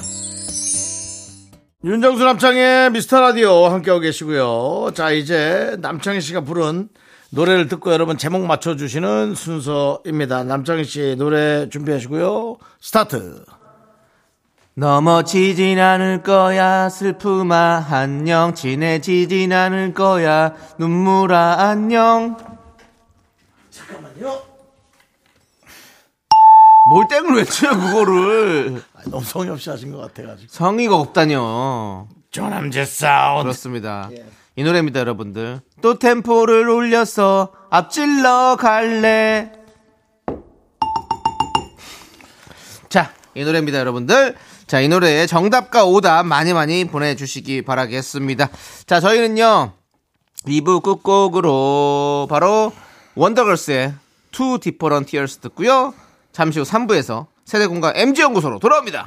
윤정수 남창의 미스터 라디오 함께하고 계시고요. 자, 이제 남창희 씨가 부른 노래를 듣고 여러분 제목 맞춰주시는 순서입니다. 남창희 씨 노래 준비하시고요. 스타트. 넘어지진 않을 거야, 슬픔아, 안녕. 친해지진 않을 거야, 눈물아, 안녕. 잠깐만요. 뭘 땡을 외쳐요, 그거를. 아, 너무 성의 없이 하신 것 같아가지고. 성의가 없다뇨. 조남재 사운드. 그렇습니다. 이 노래입니다, 여러분들. 또 템포를 올려서 앞질러 갈래. 자, 이 노래입니다, 여러분들. 자, 이 노래의 정답과 오답 많이 많이 보내주시기 바라겠습니다. 자, 저희는요, 2부 끝곡으로 바로 원더걸스의 Two Different Tears 듣고요. 잠시 후 3부에서 세대공간 MG연구소로 돌아옵니다.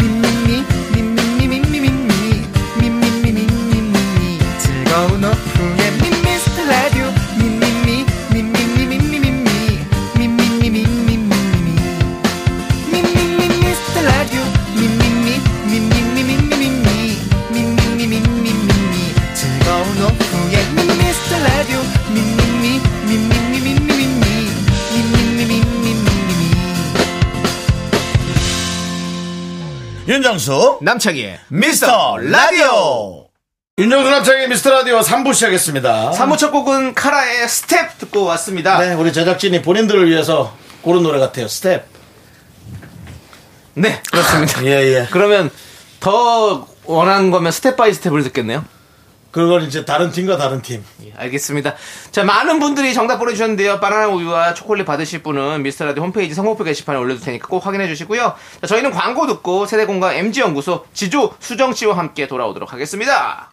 미미미 미미미 미미미 미미미 미미미 즐거운 오후에 미스터 라디오 미미미 미미미 미미미 미미미 미미미 미미미 미스터 라디오 미미미 미미미 미미미 미미미 미미미 즐거운 오후에 Mr. Radio. Mi, mi, mi, mi, mi, mi, mi, mi, mi, mi, mi, mi, mi, mi, mi, mi. 윤정수 남창희의 미스터 라디오 윤정수 남창의 미스터 라디오 3부 시작했습니다. 3부 첫 곡은 카라의 스텝 듣고 왔습니다. 네. 네, 우리 제작진이 본인들을 위해서 고른 노래 같아요. 스텝. 네, 그렇습니다. 예, 예. 그러면 더 원하는 거면 스텝 바이 스텝을 듣겠네요. 그걸 이제 다른 팀과 다른 팀. 예, 알겠습니다. 자, 많은 분들이 정답 보내주셨는데요. 바나나 우유와 초콜릿 받으실 분은 미스터라디오 홈페이지 성공표 게시판에 올려둘 테니까 꼭 확인해 주시고요. 자, 저희는 광고 듣고 세대공감 MG연구소 지조 수정씨와 함께 돌아오도록 하겠습니다.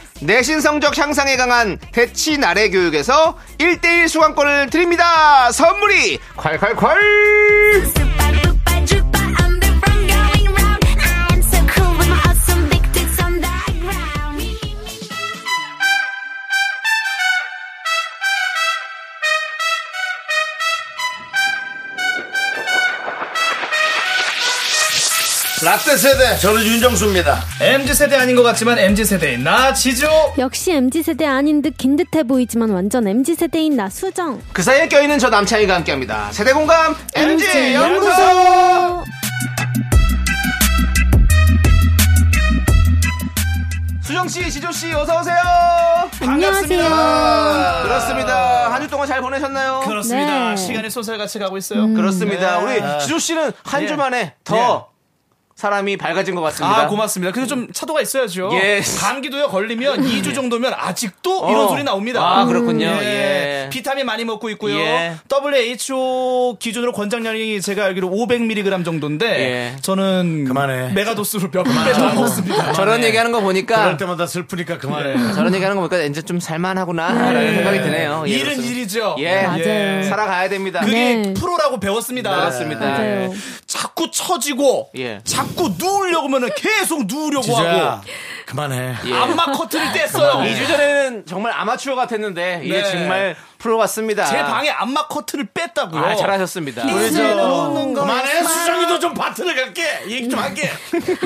내신 성적 향상에 강한 대치 나래 교육에서 1대1 수강권을 드립니다. 선물이 콸콸콸! 라떼 세대 저는 윤정수입니다. MZ 세대 아닌 것 같지만 MZ 세대인 나 지조. 역시 MZ 세대 아닌 듯 긴 듯해 보이지만 완전 MZ 세대인 나 수정. 그 사이에 껴있는 저 남창희가 함께합니다. 세대 공감 MG 연구소. 연구소. 수정 씨, 지조 씨, 어서 오세요. 안녕하세요. 그렇습니다. 한 주 동안 잘 보내셨나요? 그렇습니다. 네. 시간이 쏜살같이 가고 있어요. 음. 그렇습니다. 네. 우리 지조 씨는 한 예. 주만에 더 사람이 밝아진 것 같습니다. 아, 고맙습니다. 근데 좀 차도가 있어야죠. 음. 예. 감기도요, 걸리면 2주 정도면 아직도 이런 음. 어. 소리 나옵니다. 음. 아, 그렇군요. 예. 비타민 많이 먹고 있고요. 예. WHO 기준으로 권장량이 제가 알기로 500mg 정도인데, 예. 저는 그만해. 메가도수를 몇배안 먹습니다. 저런 얘기하는 거 보니까 그럴 때마다 슬프니까 그만해. 저런 얘기하는 거 보니까 이제 좀 살만하구나라는 생각이 드네요. 예, 일은 그렇습니다. 일이죠. 예, 맞아요. 예. 살아가야 됩니다. 그게 네. 프로라고 배웠습니다. 그렇습니다. 맞아요. 예. 자꾸 처지고 예. 자꾸 누우려고 하면 계속 누우려고 지조야 하고 그만해. 안마 커튼을 뗐어요. 2주 전에는 정말 아마추어 같았는데 이게 네. 정말 프로 같습니다. 제 방에 네. 안마 커튼을 뺐다고요. 아, 아, 잘하셨습니다. 그만해. 수정이도 좀 파트를 갈게. 얘기 좀 할게.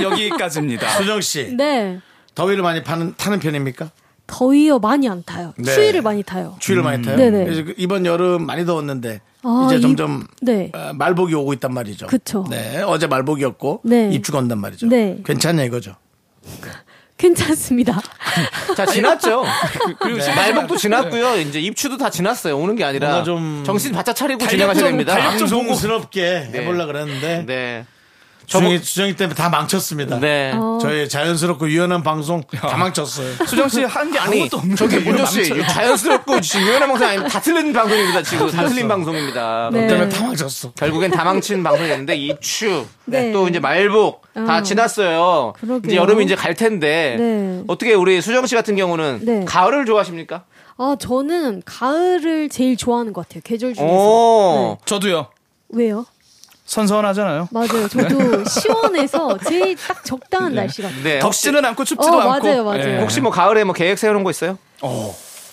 여기까지입니다. 수정 씨 네. 더위를 많이 파는, 타는 편입니까? 더위요 많이 안 타요. 네. 추위를 많이 타요. 추위를 많이 타요. 네네. 그래서 그 이번 여름 많이 더웠는데 아, 이제 이- 점점 네. 어, 말복이 오고 있단 말이죠. 그쵸. 네. 어제 말복이었고 네. 입주가 온단 말이죠. 네. 괜찮냐 이거죠. 괜찮습니다. 자 지났죠. 그리고 말복도 지났고요. 이제 입추도 다 지났어요. 오는 게 아니라 뭔가 좀 정신 바짝 차리고 진행하셔야 됩니다. 방송스럽게 네. 해보려 그랬는데 네. 수정이, 수정이 때문에 다 망쳤습니다. 네. 어. 네. 저희 자연스럽고 유연한 방송 다 망쳤어요. 수정 씨 한 게 아니 아무것도 없는 저기 게 문조 씨 망쳐요. 자연스럽고 지금 유연한 방송 아니면 다 틀린 방송입니다. 지금 다 틀린 방송입니다. 네. 때문에 다 망쳤어. 결국엔 다 망친 방송이었는데 입추 네. 또 이제 말복 다 어. 지났어요. 그러게요. 이제 여름이 이제 갈 텐데 네. 어떻게 우리 수정 씨 같은 경우는 네. 가을을 좋아하십니까? 아 저는 가을을 제일 좋아하는 것 같아요. 계절 어. 중에서. 오. 저도요. 왜요? 선선하잖아요. 맞아요. 저도 시원해서 제일 딱 적당한 날씨 같아요. 네. 덥지는 않고 춥지도 어, 않고. 맞아요, 네. 맞아요. 예. 혹시 뭐 가을에 뭐 계획 세우는 거 있어요?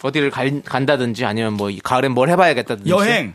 어디를 갈- 간다든지 아니면 뭐이 가을엔 뭘 해봐야겠다든지 여행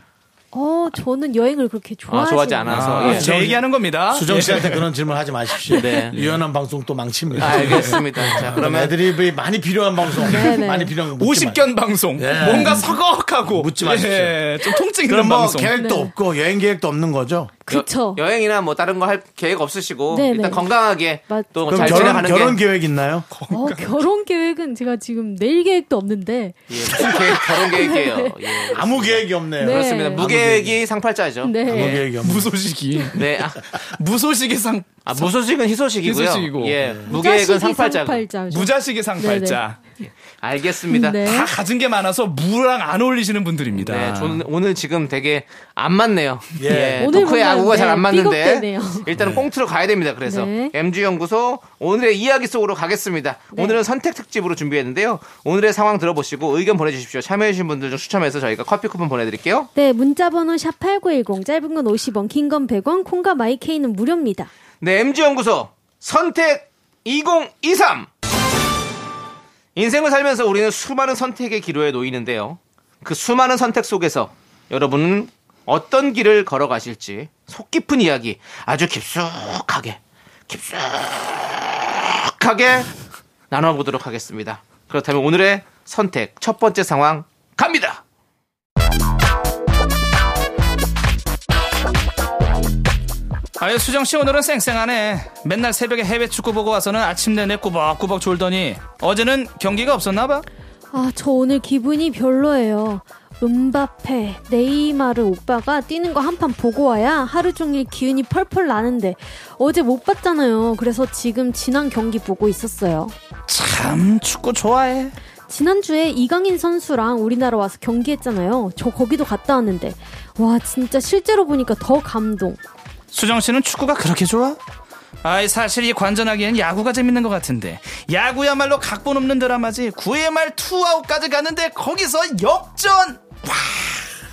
어 저는 여행을 그렇게 아, 뭐 좋아하지 좋아하지 않아서 예, 예. 제 얘기하는 겁니다. 수정 예. 씨한테 그런 질문 하지 마십시오. 네. 유연한 방송 또 망칩니다. 예. 알겠습니다. 네. 자 그러면 그러면 애드립이 많이 필요한 방송. 네네. 많이 필요한 거 묻지 마세요. 50견 방송 예. 뭔가 서걱하고 묻지 마십시오. 예, 좀 통증 있는 그럼 뭐 방송. 계획도 네. 없고 여행 계획도 없는 거죠. 그쵸. 여행이나 뭐 다른 거 할 계획 없으시고 네, 일단 네. 건강하게 맞- 또 그럼 뭐 잘 결혼, 지나가는 결혼 게 계획 있나요? 어, 그러니까. 결혼 계획은 제가 지금 내일 계획도 없는데. 예, 무슨 계획, 결혼 계획이에요. 예. 아무 계획이 없네요. 네. 그렇습니다. 무계획이 상팔자죠. 네. 아무 네. 계획이 없네. 무소식이 아, 무소식이 상 아, 무소식은 희소식이고요. 희소식이고. 예, 무자식이 무계획은 상팔자. 상팔자죠. 무자식의 상팔자. 알겠습니다. 네. 다 가진 게 많아서 무랑 안 어울리시는 분들입니다. 네, 저는 오늘 지금 되게 안 맞네요. 예. 예, 오늘 토크의 뭔가, 야구가 네, 잘 안 맞는데 삐걱대네요. 일단은 꽁트로 가야 됩니다. 그래서 네. MG 연구소 오늘의 이야기 속으로 가겠습니다. 오늘은 선택 특집으로 준비했는데요. 오늘의 상황 들어보시고 의견 보내주십시오. 참여해주신 분들 중 추첨해서 저희가 커피 쿠폰 보내드릴게요. 네, 문자번호 샵8910, 짧은 건 50원, 긴 건 100원, 콩과 마이케이는 무료입니다. 네, MG 연구소 선택 2023. 인생을 살면서 우리는 수많은 선택의 기로에 놓이는데요. 그 수많은 선택 속에서 여러분은 어떤 길을 걸어가실지 속 깊은 이야기 아주 깊숙하게 깊숙하게 나눠보도록 하겠습니다. 그렇다면 오늘의 선택 첫 번째 상황 갑니다. 아유 수정 씨 오늘은 쌩쌩하네. 맨날 새벽에 해외 축구 보고 와서는 아침 내내 꾸벅꾸벅 졸더니 어제는 경기가 없었나 봐. 아, 저 오늘 기분이 별로예요. 음바페, 네이마르 오빠가 뛰는 거 한 판 보고 와야 하루 종일 기운이 펄펄 나는데 어제 못 봤잖아요. 그래서 지금 지난 경기 보고 있었어요. 참 축구 좋아해. 지난주에 이강인 선수랑 우리나라 와서 경기했잖아요. 저 거기도 갔다 왔는데 와 진짜 실제로 보니까 더 감동. 수정 씨는 축구가 그렇게 좋아? 아이 사실 이 관전하기엔 야구가 재밌는 것 같은데 야구야말로 각본 없는 드라마지 9회 말 투아웃까지 가는데 거기서 역전 와,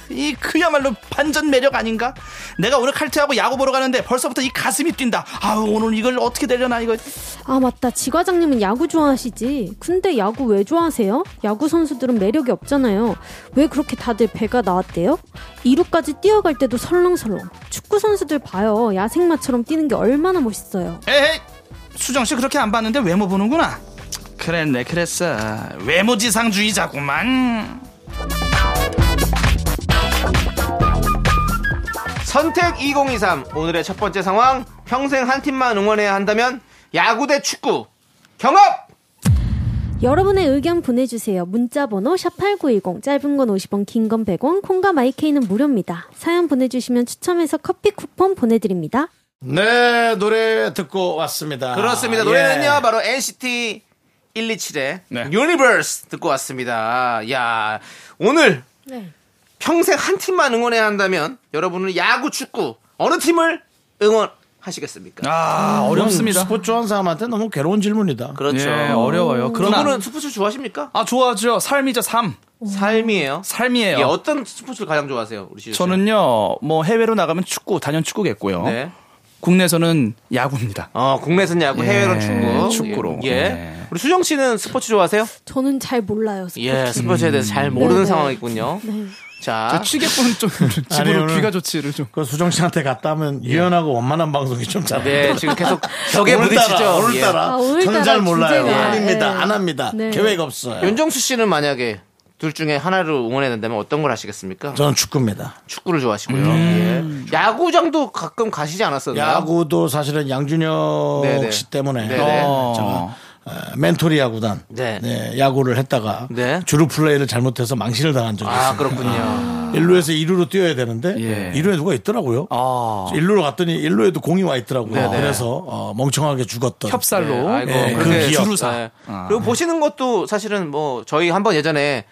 이 그야말로 반전 매력 아닌가? 내가 오늘 칼퇴하고 야구 보러 가는데 벌써부터 이 가슴이 뛴다. 아우 오늘 이걸 어떻게 되려나 이거. 아 맞다 지 과장님은 야구 좋아하시지 근데 야구 왜 좋아하세요? 야구 선수들은 매력이 없잖아요 왜 그렇게 다들 배가 나왔대요? 2루까지 뛰어갈 때도 설렁설렁 축구 선수들 봐요 야생마처럼 뛰는 게 얼마나 멋있어요 에헤이 수정 씨 그렇게 안 봤는데 외모 보는구나. 그랬네 그랬어 외모지상주의자구만. 선택 2023 오늘의 첫 번째 상황 평생 한 팀만 응원해야 한다면 야구 대 축구 경합 여러분의 의견 보내주세요 문자번호 샵8910 짧은 건 50원 긴 건 100원 콩과 마이케이는 무료입니다 사연 보내주시면 추첨해서 커피 쿠폰 보내드립니다 네, 노래 듣고 왔습니다. 그렇습니다 아, 예. 노래는요 바로 NCT 127의 네. 유니버스 듣고 왔습니다 야 오늘 네. 평생 한 팀만 응원해야 한다면 여러분은 야구 축구 어느 팀을 응원하시겠습니까 아 어렵습니다. 음, 이건 스포츠 좋아하는 사람한테 너무 괴로운 질문이다. 그렇죠 예, 어려워요. 그러나 그분은 스포츠 좋아하십니까 아 좋아하죠. 삶이죠 삶. 삶이에요 삶이에요. 예, 어떤 스포츠를 가장 좋아하세요 우리 지수 씨? 저는요 뭐 해외로 나가면 축구 단연 축구겠고요. 네. 국내에서는 야구입니다. 어, 국내선 야구, 예, 해외로 축구. 축구로. 예. 네. 예. 우리 수정 씨는 스포츠 좋아하세요? 저는 잘 몰라요 스포츠 예, 스포츠에 대해서 잘 모르는 네네. 상황이군요. 네. 자. 취객분 좀 아니, 집으로 오늘- 귀가 좋지를 좀. 그 수정 씨한테 갔다 하면 유연하고 원만한 방송이 좀 잘. 예. 네, 지금 계속 벽에 오늘따라 부딪히죠. 예. 오늘따라 아, 오늘따라 저는 잘 몰라요. 주제가, 아닙니다. 예. 안 합니다. 네. 계획 없어요. 예. 윤정수 씨는 만약에 둘 중에 하나를 응원해야 된다면 어떤 걸 하시겠습니까? 저는 축구입니다. 축구를 좋아하시고요. 예. 야구장도 가끔 가시지 않았었나요? 야구도 사실은 양준혁 네. 네네. 씨 때문에 네네. 어, 제가 어, 멘토리 야구단 네. 네, 야구를 했다가 네. 주루 플레이를 잘못해서 망신을 당한 적이 아, 있어요. 그렇군요. 1루에서 2루로 뛰어야 되는데 예. 1루에 누가 있더라고요. 아. 1루로 갔더니 1루에도 공이 와 있더라고요. 네네. 그래서 어, 멍청하게 죽었던 협살로. 네, 아이고, 예, 네, 그렇게 그 기억. 네, 주루사. 네. 그리고 보시는 것도 사실은 뭐 저희 한 번 예전에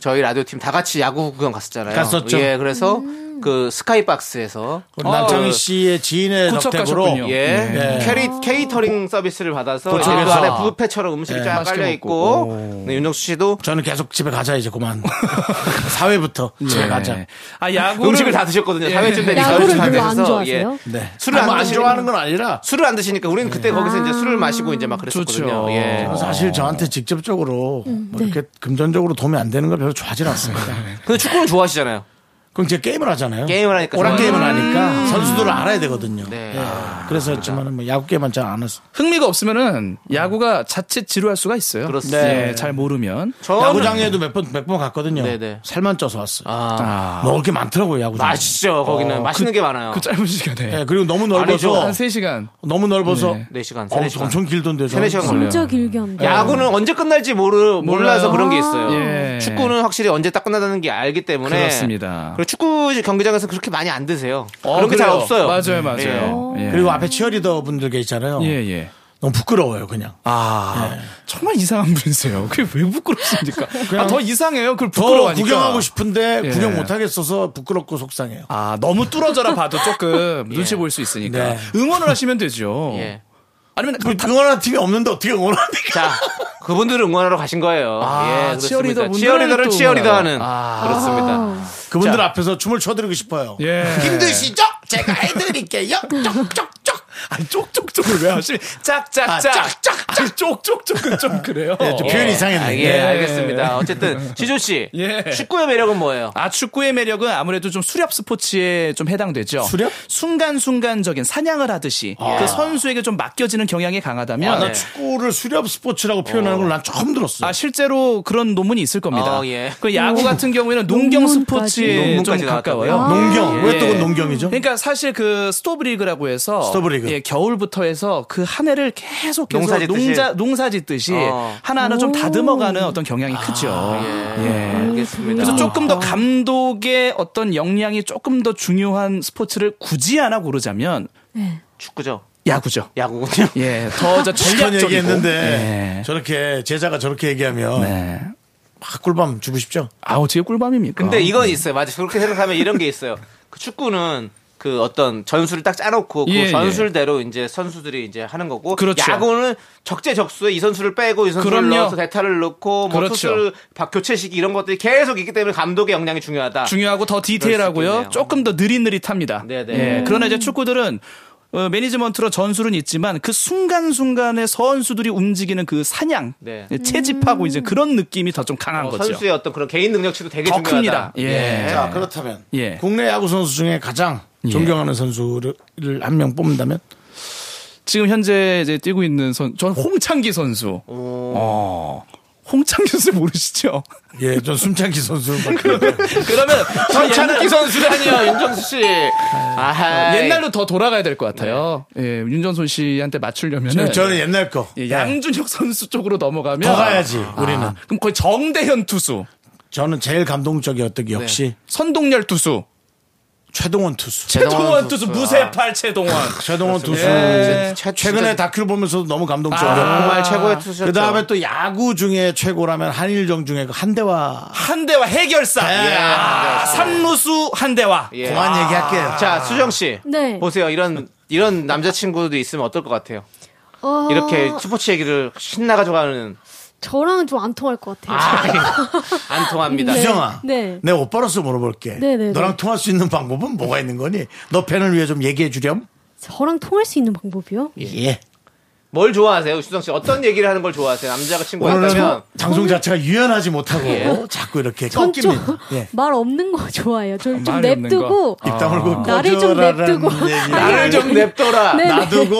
저희 라디오 팀 다 같이 야구 구경 갔었잖아요. 갔었죠. 예, 그래서 그 스카이박스에서 그 남창희 그- 씨의 지인의 구척 덕택으로 가셨군요. 예. 네. 캐리, 케이터링 서비스를 받아서 그 도착해서. 안에 부페처럼 음식이 예. 쫙 맛있게 깔려 있고 네, 윤정수 씨도 저는 계속 집에 가자 이제 그만 사회부터 집에 가자. 아 야구 네. 음식을 다 드셨거든요. 예. 사회쯤 되니까 야구를 음식 다 별로 안 드셔서, 좋아하세요? 예. 네. 술을 아, 뭐 안 안 드시는- 좋아하는 건 아니라 술을 안 드시니까 우리는 그때 거기서 이제 술을 마시고 이제 막 그랬었거든요. 좋죠. 예. 사실 저한테 직접적으로 뭐 이렇게 금전적으로 도움이 안 되는 걸 별로 좋아하진 않습니다. 그, 근데 축구는 좋아하시잖아요. 그럼 제가 게임을 하잖아요. 게임을 하니까 오락 정말- 게임을 하니까 선수들을 알아야 되거든요. 네. 예. 그래서 했지만 뭐 야구 게임만 잘 안 했어. 흥미가 없으면은 야구가 자칫 지루할 수가 있어요. 그렇습니다. 네, 잘 모르면. 저는- 야구장에도 몇 번 몇 번 갔거든요. 네네. 살만 쪄서 왔어요. 아, 먹을 게 많더라고요 야구장. 맛있죠. 거기는 어, 맛있는 게 많아요. 그 짧은 시간에 예, 그리고 너무 넓어서 한 3시간. 너무 넓어서 네. 네 시간, 어, 세네 시간. 엄청 길던데 저. 세네 시간 걸려요. 진짜 길게 합니다 예. 야구는 언제 끝날지 모르 몰라서 그런 게 있어요. 예. 음, 축구는 확실히 언제 딱 끝나다는 게 알기 때문에 그렇습니다. 그리고 축구 경기장에서 그렇게 많이 안 드세요. 어, 그런 게 잘 그래요. 없어요. 맞아요, 예. 맞아요. 예. 네. 그리고 앞에 치어리더 분들 계시잖아요. 예, 예. 너무 부끄러워요 그냥. 아, 정말 이상한 분이세요. 그게 왜 부끄럽습니까? 아, 더 이상해요. 그걸 더 부끄러워하니까. 구경하고 싶은데 예. 구경 못 하겠어서 부끄럽고 속상해요. 아, 너무 뚫어져라 봐도 조금 눈치 보일 수 있으니까. 네. 응원을 하시면 되죠. 예. 아니면 뭐 응원하는 팀이 없는데 어떻게 응원합니까? 자, 그분들을 응원하러 가신 거예요. 아, 예, 그렇습니다. 치어리더 분들을 치어리더를 또 치어리더 응원하러. 아. 하는. 그렇습니다. 그분들 자. 앞에서 춤을 춰드리고 싶어요. 예. 힘드시죠? 제가 해드릴게요. 쪽쪽쪽. 아니, 쪽쪽쪽을 왜 하시? 짝짝짝. 아, 짝짝. 아니, 쪽쪽쪽은 좀 그래요. 예, 좀 표현이 이상했네. 예, 알겠습니다. 어쨌든 지조 씨, 예. 축구의 매력은 뭐예요? 아, 축구의 매력은 아무래도 좀 수렵 스포츠에 좀 해당되죠. 수렵? 순간순간적인 사냥을 하듯이 그 선수에게 좀 맡겨지는 경향이 강하다면 아, 나 네. 축구를 수렵 스포츠라고 표현하는 걸 난 처음 들었어요. 아 실제로 그런 논문이 있을 겁니다. 어, 예. 그 야구 같은 경우에는 농경 논문까지. 스포츠에 좀 논문까지 가까워요. 나왔다고요? 농경. 아, 예. 왜 또 그 농경이죠? 그러니까 사실 그 스토브리그라고 해서 스토브리그. 예, 겨울부터 해서 그 한 해를 계속 계속 농사 짓듯이. 농자 농사 짓듯이 어. 하나하나 좀 다듬어가는 어떤 경향이 크죠. 예. 알겠습니다. 그래서 조금 더 감독의 어떤 역량이 조금 더 중요한 스포츠를 굳이 하나 고르자면 축구죠. 야구죠. 야구군요. 예, 더저 시간 전략적이고. 얘기했는데 예. 저렇게 제자가 저렇게 얘기하면 네. 막 꿀밤 주고 싶죠? 아 어떻게 꿀밤입니까? 근데 이건 있어요. 맞아. 그렇게 생각하면 이런 게 있어요. 그 축구는 그 어떤 전술을 딱 짜놓고 그 예, 예. 전술대로 이제 선수들이 이제 하는 거고 그렇죠. 야구는 적재적소에 이 선수를 빼고 이 선수를 그럼요. 넣어서 대타를 넣고 뭐 그렇죠. 투수를 바- 교체시기 이런 것들이 계속 있기 때문에 감독의 역량이 중요하다. 중요하고 더 아, 그럴 수 디테일하고요. 있겠네요. 조금 더 느릿느릿합니다. 네네. 예, 그러나 이제 축구들은 어, 매니지먼트로 전술은 있지만 그 순간순간에 선수들이 움직이는 그 사냥, 네. 예, 채집하고 이제 그런 느낌이 더 좀 강한 어, 거죠. 선수의 어떤 그런 개인 능력치도 되게 더 중요하다. 네. 큽니다. 예. 자 그렇다면 예. 국내 야구 선수 중에 가장 존경하는 선수를 한 명 뽑는다면 지금 현재 이제 뛰고 있는 선, 전 홍창기 선수. 어. 홍창기 선수 모르시죠? 예, 전 숨창기 선수. 그러면 저 천찬기 선수라니요, 윤정수 씨. 아하. 예. 예. 네. 옛날로 더 돌아가야 될 것 같아요. 예, 윤정선 씨한테 맞추려면 저는 옛날 거. 예, 양준혁 선수 쪽으로 넘어가면 아, 더 가야지, 우리는. 그럼 거의 정대현 투수, 저는 제일 감동적이었던 네. 게 역시 선동열 투수, 최동원 투수. 최동원 투수, 무쇠팔 최동원. 최동원 투수. 예. 최- 최근에 다큐를 보면서도 너무 감동적이었고. 아, 정말 최고의 투수였죠. 그 다음에 또 야구 중에 최고라면 한일정 중에 그 한대와. 한대와 해결사. 예, 아, 해결사. 삼루수 한대와. 예. 그만 얘기할게요. 자, 수정 씨. 네. 뭐 보세요. 이런 이런 남자친구도 있으면 어떨 것 같아요? 어, 이렇게 스포츠 얘기를 신나 가져가는 저랑 좀 안 통할 것 같아요. 안 통합니다. 네. 수정아, 네. 내 오빠로서 물어볼게. 네, 네, 너랑 네. 통할 수 있는 방법은 뭐가 있는 거니? 너 팬을 위해 좀 얘기해 주렴? 저랑 통할 수 있는 방법이요? 예. 뭘 좋아하세요, 수정 씨? 어떤 얘기를 하는 걸 좋아하세요? 남자가 예. 친구가 오늘은 있다면 방송 자체가 유연하지 못하고 자꾸 이렇게 전 좀 꺾입니다. 말 예. 없는 거 좋아해요. 저를 좀 말이 없는 냅두고 아. 입 다물고 나를 좀 꺼져라라는 냅두고. 얘기. 나를 좀 냅둬라. 네. 놔두고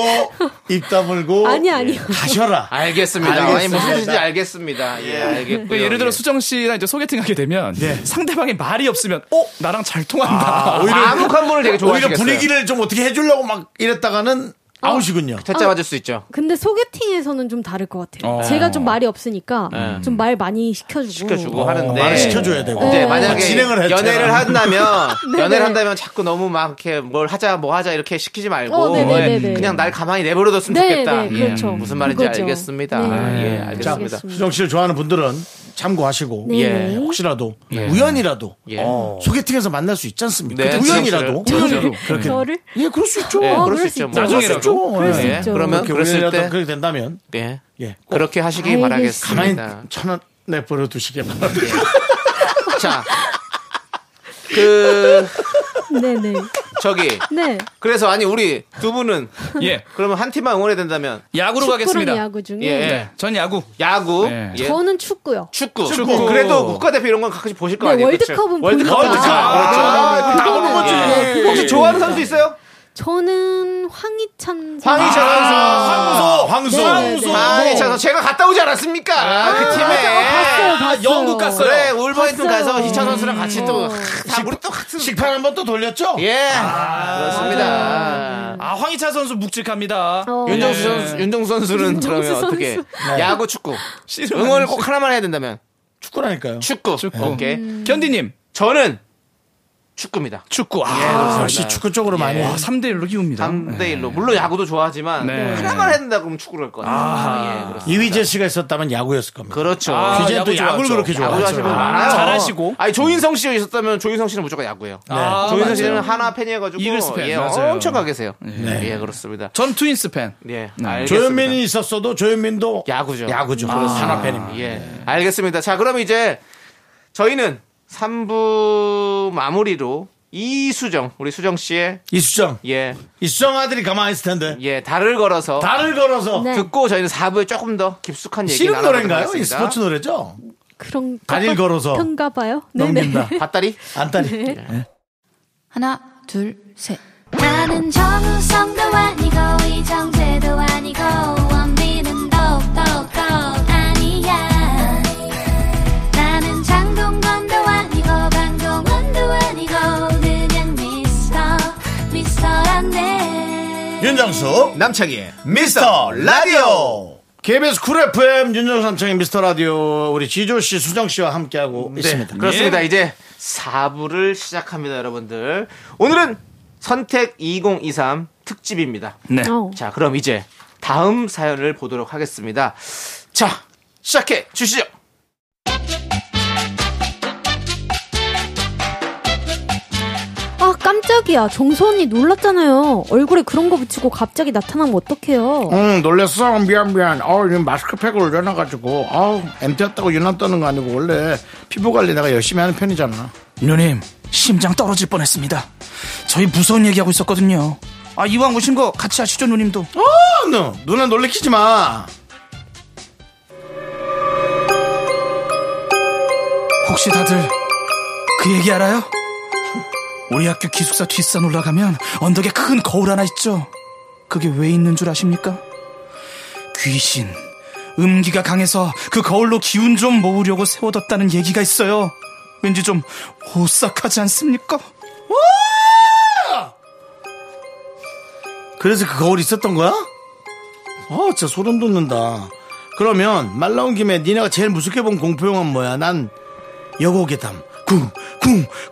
입 다물고 아니 아니요. 가셔라. 알겠습니다. 아니 알겠습니다. 그 무슨 뜻인지 알겠습니다. 예, 알겠고요. 그 예를 들어 예. 수정 씨랑 이제 소개팅하게 되면 예. 상대방이 말이 없으면 어 나랑 잘 통한다. 뭐, 아무한 분을 되게 오히려 좋아하시겠어요. 분위기를 좀 어떻게 해주려고 막 이랬다가는 어. 아웃이군요. 퇴짜 맞을 수 있죠. 근데 소개팅에서는 좀 다를 것 같아요. 제가 좀 말이 없으니까 좀 말 많이 시켜주고. 시켜주고 하는데 어, 말을 시켜줘야 되고. 이제 네. 만약에 진행을 해야 연애를 되나? 한다면 네, 연애를 네. 한다면 자꾸 너무 막 이렇게 뭘 하자 뭐 하자 이렇게 시키지 말고 어, 네, 네, 네, 네. 그냥 날 가만히 내버려뒀으면 네, 좋겠다. 네, 예, 그렇죠. 무슨 말인지 그거죠. 알겠습니다. 네. 예, 자, 알겠습니다. 알겠습니다. 음. 수정 씨를 좋아하는 분들은 참고하시고 네. 예, 혹시라도 우연이라도 예. 어, 소개팅에서 만날 수 있지 않습니까? 네, 우연이라도 진짜로. 우연으로. 그렇게 저를 예 그럴 수 있죠. 예, 어, 그럴 수 그럴 있죠. 수 그럴 뭐. 있죠. 수 있죠. 그럴 수 예. 있죠. 그러면 그렇게 그랬을 우연이라도 때 그렇게 된다면 예. 예 꼭 그렇게 하시기 알겠습니다. 가만히 바라겠습니다. 천원 내버려 두시길 바랍니다. 자, 그 네네. 저기 네. 그래서 아니 우리 두 분은 예. 그러면 한 팀만 응원해 된다면 야구로 축구랑 가겠습니다. 야구 음. 중에 예. 네, 전 야구. 야구, 네. 예. 저는 축구요. 축구. 축구. 그래도 국가대표 이런 건 가끔씩 보실 거 네, 아니에요. 그렇죠? 월드컵은 월드컵. 보니까. 월드컵. 그렇죠. 아, 아, 그거는 나오는 거지. 네, 그거는 혹시 좋아하는 선수 있어요? 저는 황희찬 선수. 황희찬 황소 황소 네, 네, 네. 황희찬 선수 예, 제가 갔다 오지 않았습니까? 아, 그 팀에. 봤어요, 봤어요. 영국 갔어요. 그래, 울버햄튼 봤어요. 가서 희찬 선수랑 같이 또 어. 다 우리 또 같은 식판 한번 또 돌렸죠? 예. 그렇습니다. 아, 맞아요. 아 황희찬 선수 묵직합니다. 어. 윤정수 예. 선수, 윤정수 선수는 윤정수 그러면 선수. 네. 어떻게 야구 축구 싫어. 응원을 꼭 하나만 해야 된다면 축구라니까요. 축구. 축구. 오케이. 음. 견디님 저는 축구입니다. 축구. 아, 역시 축구 쪽으로 많이. 와, 3대 1로 기웁니다. 3대 1로 물론 야구도 좋아하지만 네. 하나만 해야 된다고 하면 축구를 할 거예요. 예, 그렇습니다. 이휘재 씨가 있었다면 야구였을 겁니다. 그렇죠. 아, 규제는 또 야구 야구를 좋아하죠. 그렇게 야구 좋아하죠. 좋아하시는 분 많아요. 잘하시고. 아니 조인성 씨 있었다면 조인성 씨는 무조건 야구예요. 네. 아, 조인성 맞아요. 씨는 하나 팬이어가지고 이글스 팬, 예, 맞아요. 엄청 가게세요. 예, 그렇습니다. 전 트윈스 팬. 예, 네. 알겠습니다. 조현민이 있었어도 조현민도 야구죠. 야구죠. 하나 팬입니다. 예, 알겠습니다. 자, 그럼 이제 저희는 3부 마무리로 이수정 우리 수정 씨의 이수정. 예, 이수정 아들이 가만히 있을 텐데. 예 달을 걸어서 달을 걸어서 네. 듣고 저희는 4부에 조금 더 깊숙한 얘기 싫은 나눠보도록 노래인가요? 이 하겠습니다. 스포츠 노래죠? 그런 다리를 걸어서 평가 봐요. 네, 넘긴다. 밭다리? 예, 안다리. 네. 하나, 둘, 셋. 나는 정우성도 아니고 이정재도 아니고 원빈은 더욱더 아니야 나는 장동건도 아니고 방종원도 아니고 그냥 미스터 예, 미스터란데 윤정수 남창희의 미스터 라디오 KBS 쿨 FM 윤정수 남창희 미스터 라디오 우리 지조 씨 수정 씨와 네. 함께하고 있습니다. 그렇습니다. 이제 4부를 시작합니다, 여러분들. 오늘은 선택 2023 특집입니다. 네. 어. 자, 그럼 이제 다음 사연을 보도록 하겠습니다. 자, 시작해 주시죠. 아 깜짝 깜짝이야. 정수 언니 놀랐잖아요. 얼굴에 그런 거 붙이고 갑자기 나타나면 어떡해요. 응, 놀랬어. 미안, 미안. 어우, 지금 마스크팩을 올려놔가지고, 어우, MT였다고 유난 떠는 거 아니고, 원래 피부 관리 내가 열심히 하는 편이잖아. 누님, 심장 떨어질 뻔했습니다. 저희 무서운 얘기하고 있었거든요. 아, 이왕 오신 거 같이 하시죠, 누님도. 어, 누, 누나 놀래키지 마. 혹시 다들 그 얘기 알아요? 우리 학교 기숙사 뒷산 올라가면 언덕에 큰 거울 하나 있죠? 그게 왜 있는 줄 아십니까? 귀신, 음기가 강해서 그 거울로 기운 좀 모으려고 세워뒀다는 얘기가 있어요. 왠지 좀 오싹하지 않습니까? 그래서 그 거울이 있었던 거야? 어, 진짜 소름 돋는다. 그러면 말 나온 김에 니네가 제일 무섭게 본 공포 영화는 뭐야? 난 여고괴담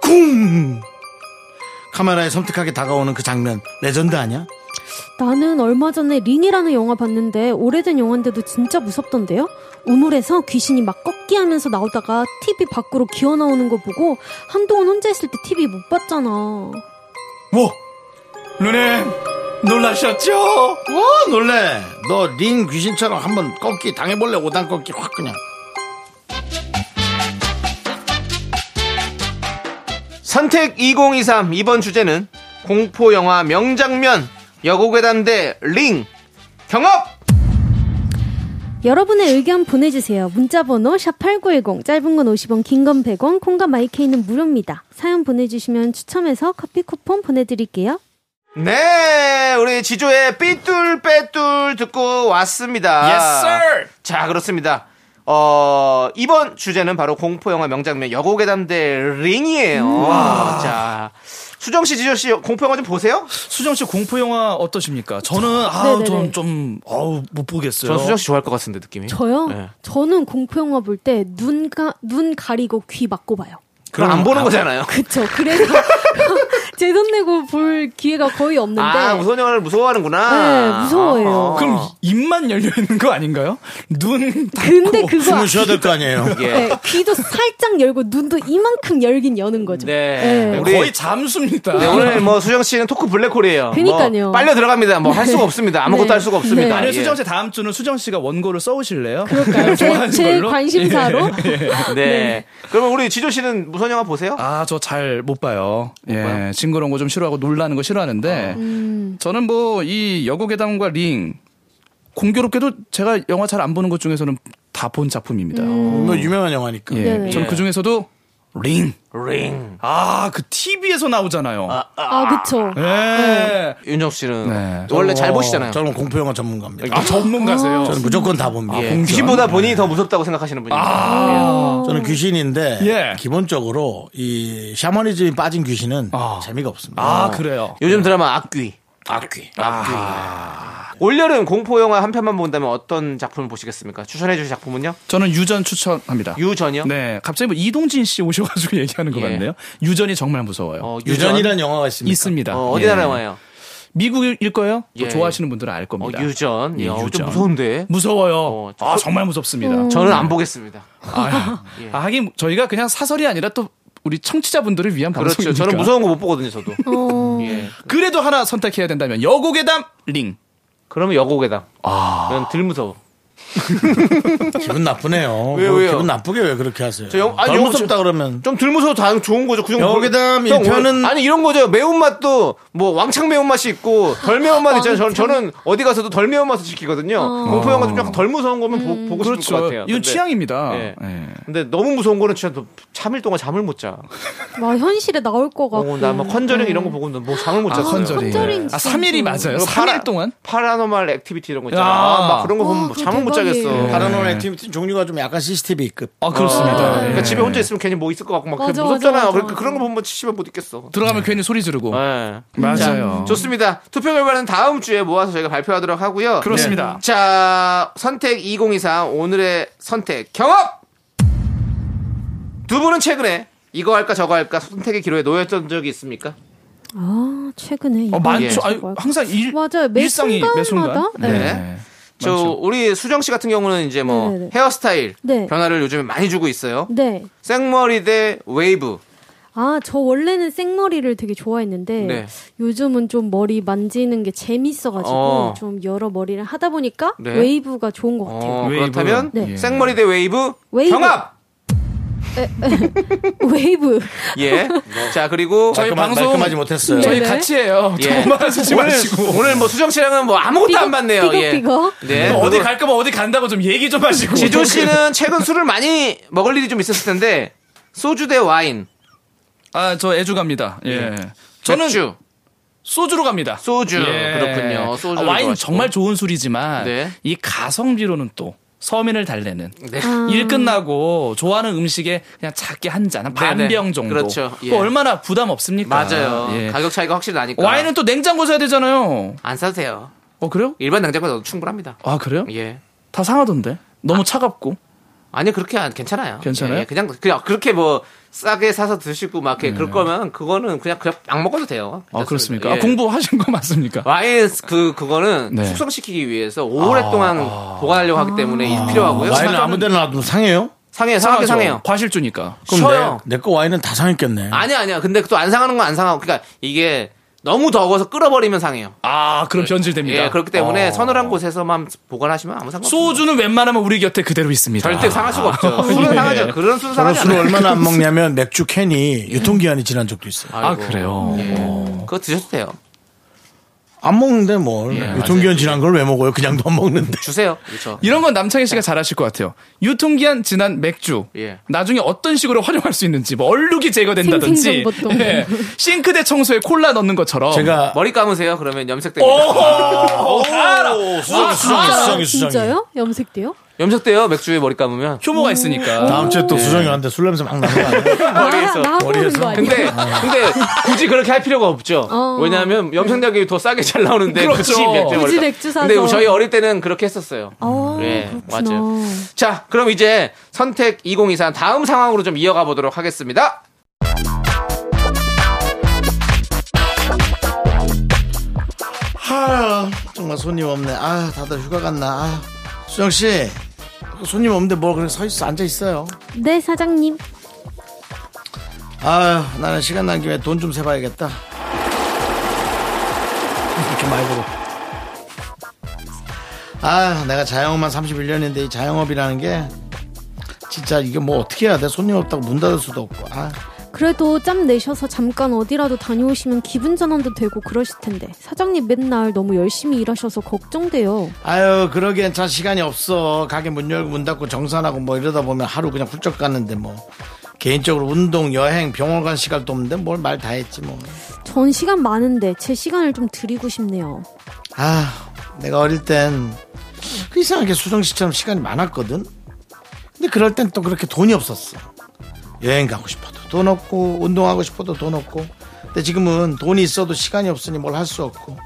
쿵쿵쿵 카메라에 섬뜩하게 다가오는 그 장면 레전드 아니야? 나는 얼마 전에 링이라는 영화 봤는데 오래된 영화인데도 진짜 무섭던데요? 우물에서 귀신이 막 꺾기하면서 나오다가 TV 밖으로 기어 나오는 거 보고 한동안 혼자 있을 때 TV 못 봤잖아. 뭐? 누님 놀라셨죠? 어 놀래 너 링 귀신처럼 한번 꺾기 당해볼래 오단 꺾기 확 그냥 선택 2023 이번 주제는 공포 영화 명장면 여고괴담 대링 경업 여러분의 의견 보내주세요. 문자번호 샵8910, 짧은 건 50원, 긴 건 100원, 콩과 마이케이는 무료입니다. 사연 보내주시면 추첨해서 커피 쿠폰 보내드릴게요. 네, 우리 지조의 삐뚤빼뚤 듣고 왔습니다. Yes, sir. 자, 그렇습니다. 어, 이번 주제는 바로 공포영화 명장면 여고괴담 대 링이에요. 자, 수정 씨, 지조 씨 공포영화 좀 보세요? 수정 씨 공포영화 어떠십니까? 저는, 네네네. 아우, 좀, 좀, 아우, 못 보겠어요. 저는 수정 씨 좋아할 것 같은데, 느낌이. 저요? 네. 저는 공포영화 볼 때 눈 눈 가리고 귀 막고 봐요. 그럼 안 보는 거잖아요. 그쵸. 그래서 제 돈 내고 볼 기회가 거의 없는데. 아, 무서운 영화를 무서워하는구나. 어. 네, 무서워요. 아. 그럼 입만 열려 있는 거 아닌가요? 눈. 근데 그거 숨을 쉬어야 될 거 아니에요 예. 네, 귀도 살짝 열고 눈도 이만큼 열긴 여는 거죠. 네. 네. 우리 거의 잠수입니다. 네, 오늘 뭐 수정 씨는 토크 블랙홀이에요. 그니까요. 뭐 빨려 들어갑니다. 뭐 할 수가 없습니다. 아무것도 네. 할 수가 없습니다. 아니요, 예. 수정 씨 다음 주는 수정 씨가 원고를 써오실래요? 그럴까요? 제, 좋아하는 제 걸로? 관심사로. 네. 그러면 우리 지조 씨는 무서운 영화 보세요? 아, 저 잘 못 봐요. 아. 음. 예, 봐요? 징그러운 거 좀 싫어하고 놀라는 거 싫어하는데 음. 저는 뭐 이 여고괴담과 링 공교롭게도 제가 영화 잘 안 보는 것 중에서는 다 본 작품입니다. 음. 뭐 유명한 영화니까 예, 네네. 저는 그 중에서도 링. 링. 아, 그 TV에서 나오잖아요. 아, 그쵸. 예. 네. 윤정수 씨는 네. 원래 잘 보시잖아요. 어, 저는 공포 영화 전문가입니다 아, 전문가세요. 저는 무조건 다 봅니다 예. 귀신보다 본인이 더 무섭다고 생각하시는 분입니다. 저는 귀신인데 예. 기본적으로 이 샤머니즘이 빠진 귀신은 아. 재미가 없습니다. 아, 그래요. 요즘 드라마 악귀. 악귀. 악귀. 올여름 공포 영화 한 편만 본다면 어떤 작품을 보시겠습니까? 추천해 주실 작품은요? 저는 유전 추천합니다. 유전이요? 네, 갑자기 뭐 이동진 씨 오셔가지고 얘기하는 것 예. 같네요. 유전이 정말 무서워요. 어, 유전. 유전이라는 영화가 있습니다. 있습니다. 어, 어디 예. 나라 영화예요? 미국일 거예요? 또 예. 좋아하시는 분들은 알 겁니다. 어, 유전. 예, 야, 좀 유전. 무서운데. 무서워요. 어, 저- 아, 정말 무섭습니다. 저는 안 보겠습니다. 아, 예. 아, 하긴 저희가 그냥 사설이 아니라 또 우리 청취자분들을 위한 그렇죠. 방송이니까. 저는 무서운 거 못 보거든요, 저도. 어, 예. 그래도 하나 선택해야 된다면 여고괴담 링. 그러면 여고괴담. 아. 그건 덜 무서워. 기분 나쁘네요. 왜요, 뭐 왜요? 기분 나쁘게 왜 그렇게 하세요? 저 영- 아니, 덜 영화 무섭다 저- 그러면 좀 네. 덜 무서워 다 좋은 거죠. 그 정도. 여기다 형, 일편은- 아니 이런 거죠. 매운맛도 뭐 왕창 매운맛이 있고 덜 매운맛 있잖아요. 저는, 저는 어디 가서도 덜 매운맛을 시키거든요. 어. 공포 영화 좀 약간 덜 무서운 거면 음. 보, 고 싶을 것 같아요. 그렇죠. 이건 취향입니다. 예. 예. 근데 너무 무서운 거는 진짜 또 잠일 동안 잠을 못 자. 막 현실에 나올 것 같고. 네. 어, 나막 컨저링 음. 이런 거 보고는 뭐 잠을 못 아, 잤어요. 컨저링. 컨저링 아, 진짜 3일이 맞아요. 그리고 3일 파라- 동안? 파라노말 액티비티 이런 거 있잖아. 야. 막 그런 거 와, 보면 뭐 그거 잠을 못 대박이에요. 자겠어. 파라노멀 액티비티 종류가 좀 약간 CCTV급. 어, 아, 그렇습니다. 예. 그러니까 집에 혼자 있으면 괜히 뭐 있을 것 같고 막 그게 맞아, 무섭잖아. 맞아, 맞아. 그러니까 그런 거 보면 치시면 못 있겠어. 들어가면 괜히 소리 지르고. 음, 예. 맞아요. 좋습니다. 투표 결과는 다음 주에 모아서 저희가 발표하도록 하고요. 그렇습니다. 네. 자, 선택 2023 오늘의 선택 경합. 두 분은 최근에 이거 할까 저거 할까 선택의 기로에 놓였던 적이 있습니까? 아, 최근에. 이거 어, 많죠. 예. 아유, 항상 일, 맞아요. 매 일상이 매 순간. 순간마다. 네. 저 우리 수정 씨 같은 경우는 이제 뭐 네네네. 헤어스타일 네. 변화를 요즘에 많이 주고 있어요. 네. 생머리 대 웨이브. 아, 저 원래는 생머리를 되게 좋아했는데 네. 요즘은 좀 머리 만지는 게 재밌어가지고 어. 좀 여러 머리를 하다 보니까 네. 웨이브가 좋은 것 같아요. 어, 그렇다면 예. 네. 생머리 대 웨이브, 웨이브. 경합. 웨이브. 예. 자 그리고 저희 말끔하- 방송- 말끔하지 못했어요. 저희 같이 해요. 정말 하시지 예. 오늘, 마시고. 오늘 뭐 수정 씨랑은 뭐 아무것도 안 봤네요. 예. 네. 어디 그리고 갈까봐 어디 간다고 좀 얘기 좀 하시고. 지조 씨는 최근 술을 많이 먹을 일이 좀 있었을 텐데 소주 대 와인. 아 저 애주 갑니다. 예. 저는 맥주. 소주로 갑니다. 예. 소주. 그렇군요. 소주를 아, 와인 좋아하시고. 정말 좋은 술이지만 네. 이 가성비로는 또 서민을 달래는 네. 일 끝나고 좋아하는 음식에 그냥 작게 한 잔, 한 반 네네. 병 정도. 그렇죠. 예. 그거 얼마나 부담 없습니까? 맞아요. 예. 가격 차이가 확실히 나니까. 와인은 또 냉장고 사야 되잖아요. 안 사도 돼요. 어 그래요? 일반 냉장고 넣어도 충분합니다. 아 그래요? 예. 다 상하던데. 아, 너무 차갑고. 아니 그렇게 안 괜찮아요. 괜찮아요? 예, 그냥 그냥 그렇게 뭐 싸게 사서 드시고 막 이렇게 그럴 거면 그거는 그냥 그냥 약 먹어도 돼요. 음. 아 그렇습니까? 예. 아, 공부하신 거 맞습니까? 와인 그 그거는 네. 숙성시키기 위해서 오랫동안 보관하려고 하기 때문에 이- 필요하고요. 와인을 아무데나 놔두면 상해요? 상해 상하게 상하죠. 상해요. 과실주니까. 쉬어요. 내 거 와인은 다 상했겠네. 아니야 아니야. 근데 또 안 상하는 건 안 상하고 그러니까 이게 너무 더워서 끓어버리면 상해요. 아 그럼 변질됩니다. 예, 그렇기 때문에 어. 서늘한 곳에서만 보관하시면 아무 상관. 소주는 웬만하면 우리 곁에 그대로 있습니다. 절대 상할 수가 없죠. 술은 예. 상하죠. 그런 저는 술은 상하지 술을 않아요. 얼마나 안 먹냐면 맥주 캔이 유통기한이 지난 적도 있어요. 아 그래요. 예. 그거 드셔도 돼요. 안 먹는데 뭘. 유통기한 지난 걸 왜 먹어요? 그냥도 안 먹는데. 주세요. 그렇죠. 이런 건 남창희 씨가 잘하실 것 같아요. 유통기한 지난 맥주. 예. 나중에 어떤 식으로 활용할 수 있는지, 뭐 얼룩이 제거된다든지, 생생정보통. 예. 싱크대 청소에 콜라 넣는 것처럼. 제가 어, 머리 감으세요. 그러면 염색됩니다. 오, 알아. 수정이 수정이 수정이 수정이. 진짜요? 염색돼요? 염색돼요. 맥주에 머리 감으면. 효모가 있으니까. 다음 주에 또 수정이 왔는데 술 냄새 막 나는 거 아니에요? 머리에서. 나, 나 보는 머리에서? 거 아니야? 근데 근데 굳이 그렇게 할 필요가 없죠. 어. 왜냐하면 염색약이 더 싸게 잘 나오는데 그렇죠. 굳이 맥주 굳이 먹을까? 맥주 사서. 근데 저희 어릴 때는 그렇게 했었어요. 어, 예, 그렇구나. 맞아요. 자, 그럼 이제 선택 2023 다음 상황으로 좀 이어가 보도록 하겠습니다. 하, 정말 손님 없네. 아, 다들 휴가 갔나. 아, 수정 씨. 손님 없는데 뭘 그렇게 서 있어 앉아 있어요. 네, 사장님. 아, 나는 시간 난 김에 돈 좀 세봐야겠다. 이렇게 많이 벌어. 아, 내가 자영업만 31년인데 이 자영업이라는 게 진짜 이게 뭐 어떻게 해야 돼? 손님 없다고 문 닫을 수도 없고. 아, 그래도 짬 내셔서 잠깐 어디라도 다녀오시면 기분 전환도 되고 그러실 텐데 사장님 맨날 너무 열심히 일하셔서 걱정돼요. 아유, 그러기엔 참 시간이 없어. 가게 문 열고 문 닫고 정산하고 뭐 이러다 보면 하루 그냥 훌쩍 가는데 뭐. 개인적으로 운동, 여행, 병원 간 시간도 없는데 뭘 말 다 했지 뭐. 전 시간 많은데 제 시간을 좀 드리고 싶네요. 아, 내가 어릴 땐 그 이상하게 수정 씨처럼 시간이 많았거든. 근데 그럴 땐 또 그렇게 돈이 없었어. 여행 가고 싶어도 돈 없고 운동하고 싶어도 돈 없고. 근데 지금은 돈이 있어도 시간이 없으니 뭘 할 수 없고.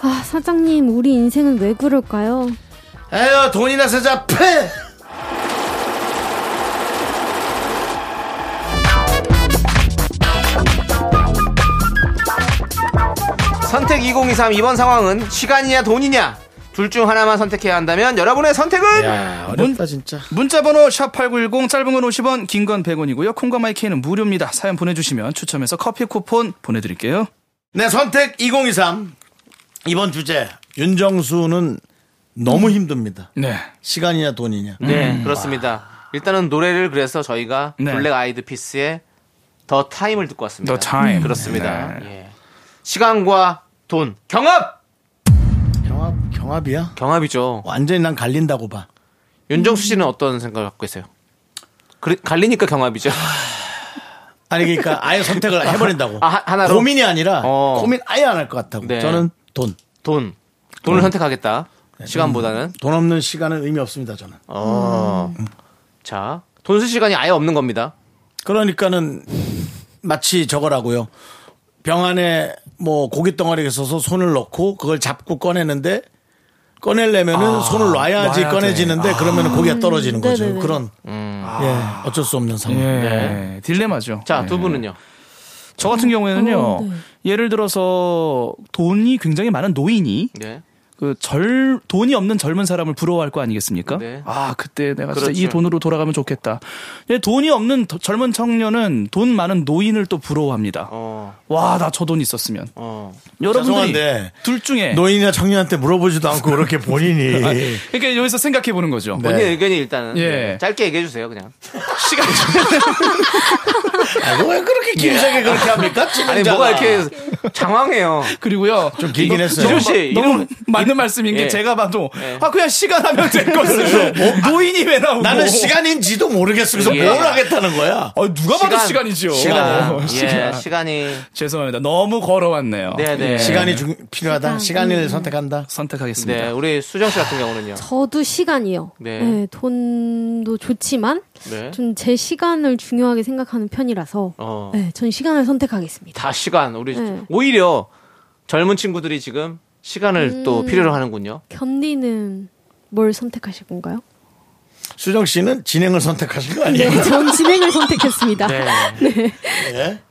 아 사장님 우리 인생은 왜 그럴까요? 에휴 돈이나 쓰자 패. 선택 2023 이번 상황은 시간이냐 돈이냐 둘 중 하나만 선택해야 한다면 여러분의 선택은 야 아, 어렵다 진짜. 문자번호 샵8910 짧은 건 50원, 긴 건 100원이고요. 콩과 마이크는 무료입니다. 사연 보내주시면 추첨해서 커피 쿠폰 보내드릴게요. 내 네, 선택 2023 이번 주제 윤정수는 너무 힘듭니다. 네. 시간이냐 돈이냐. 네 그렇습니다. 일단은 노래를 그래서 저희가 네. 블랙 아이드 피스의 더 타임을 듣고 왔습니다. The Time. 그렇습니다. 네. 예. 시간과 돈 경합 경합 경합이야? 경합이죠. 완전히 난 갈린다고 봐. 윤정수 씨는 어떤 생각을 갖고 계세요? 그래, 갈리니까 경합이죠. 아니 그러니까 아예 선택을 해버린다고. 아, 하- 하나로? 고민이 아니라 어. 고민 아예 안 할 것 같다고. 네. 저는 돈. 돈 돈을 선택하겠다. 네. 음. 시간보다는 돈 없는 시간은 의미 없습니다. 저는. 어. 자, 돈 쓸 시간이 아예 없는 겁니다. 그러니까는 마치 저거라고요. 병 안에 뭐 고기 덩어리가 있어서 손을 넣고 그걸 잡고 꺼내는데 아, 꺼내려면은 손을 놔야지 놔야 꺼내지는데 그러면 은 고기가 떨어지는 거죠. 음, 네네네. 그런 음. 예, 어쩔 수 없는 상황. 네. 딜레마죠. 음. 자, 두 분은요. 저 어, 네. 같은 경우에는요. 예를 들어서 돈이 굉장히 많은 노인이 네. 그 그 절 돈이 없는 젊은 사람을 부러워할 거 아니겠습니까? 아 그때 내가 진짜 이 그렇죠. 돈으로 돌아가면 좋겠다. 근데 돈이 없는 더- 젊은 청년은 돈 많은 노인을 또 부러워합니다. 어. 와 나 저 돈 있었으면. 여러분들이 죄송한데 둘 중에 노인이나 청년한테 물어보지도 않고 그렇게 본인이 예. 아, 그러니까 여기서 생각해 보는 거죠. 본인 네. 의견이 일단은 예. 네. 짧게 얘기해 주세요 그냥. 아니, 왜 그렇게 길게 그렇게 합니까? 아니 진행자가. 뭐가 이렇게 장황해요. 그리고요. 좀 길긴 했어요. 기준 씨 너무 이름 맞는 말씀인 게 예. 제가 봐도 예. 아 그냥 시간 하면 될 것을 노인이 왜 나오고 뭐, 아, 나는 시간인지도 모르겠으면서 예. 뭘 하겠다는 거야? 아, 누가 봐도 시간이죠. 시간. 어, 시간. 예, 시간이 죄송합니다. 너무 걸어왔네요. 예. 예. 네네. 시간이 중- 음. 필요하다. 시간. 을 선택한다. 선택하겠습니다. 네, 우리 수정 씨 같은 경우는요. 저도 시간이요. 네. 네. 돈도 좋지만 네. 좀 제 시간을 중요하게 생각하는 편이라서 어. 네, 전 시간을 선택하겠습니다. 다 시간 우리 네. 오히려 젊은 친구들이 지금 시간을 음. 또 필요로 하는군요. 견디는 뭘 선택하실 건가요? 수정 씨는 진행을 선택하신 거 아니에요? 네, 전 진행을 선택했습니다. 네.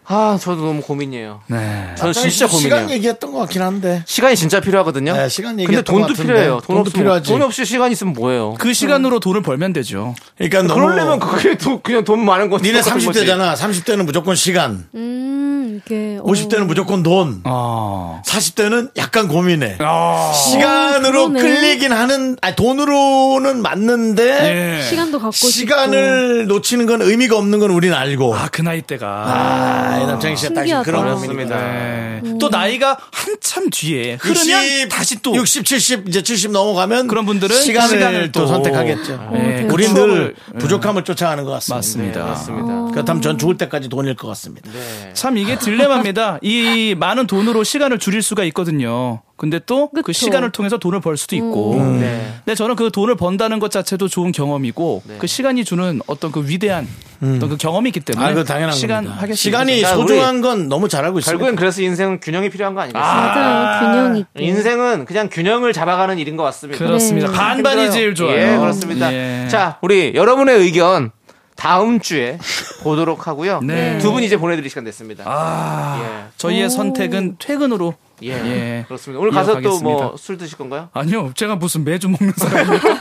아, 저도 너무 고민이에요. 네. 아까 저는 진짜 고민이에요. 예. 시간 얘기했던 것 같긴 한데. 시간이 진짜 필요하거든요. 네, 시간 근데 얘기했던 것 돈도 같은데. 필요해요. 돈 돈도 없으면 필요하지. 돈 없이 시간 있으면 뭐예요? 그 시간으로 돈을 벌면 되죠. 그러니까 너무 그러려면 그게 돈, 그냥 돈 많은 거. 니네 30대잖아. 30대는 무조건 시간. 음, 이게 어, 50대는 뭐 무조건 돈. 아. 40대는 약간 고민해. 시간으로 어, 그러네. 끌리긴 하는, 아니, 돈으로는 예. 맞는데. 네. 시간도 갖고 싶고. 시간을 놓치는 건 의미가 없는 건 우리는 알고. 아, 그 나이 때가. 아, 이 남창희 씨가 딱 신기하다. 그런 그렇습니다. 네. 또 나이가 한참 뒤에 흐르면 60, 다시 또 60, 70, 이제 70 넘어가면 그런 분들은 시간을, 시간을 또, 또 어, 선택하겠죠. 네, 그 우린 늘 추억을, 부족함을 쫓아가는 것 같습니다. 네. 맞습니다. 맞습니다. 어, 그렇다면 전 죽을 때까지 돈일 것 같습니다. 네. 참 이게 딜레마입니다. 이 많은 돈으로 시간을 줄일 수가 있거든요. 근데 또 그 그쵸. 시간을 통해서 돈을 벌 수도 있고. 네. 근데 저는 그 돈을 번다는 것 자체도 좋은 경험이고 그 시간이 주는 어떤 그 위대한 어떤 그 경험이 있기 때문에 아, 그 당연한 시간 겁니다. 하겠습니다. 시간이 자, 우리 소중한 건 너무 잘 알고 있습니다. 결국엔 그래서 인생은 균형이 필요한 거 아니겠습니까? 맞아요. 균형 음. 있게. 인생은 그냥 균형을 잡아가는 일인 것 같습니다. 그렇습니다. 네. 반반이 힘들어요. 제일 좋아요. 예, 그렇습니다. 예. 자, 우리 여러분의 의견 다음 주에 보도록 하고요. 네. 두 분 이제 보내드릴 시간 됐습니다. 아, 저희의 선택은 퇴근으로. 예. 예. 그렇습니다. 오늘 가서 또 이어가겠습니다. 뭐 술 드실 건가요? 아니요, 제가 무슨 매주 먹는 사람입니까?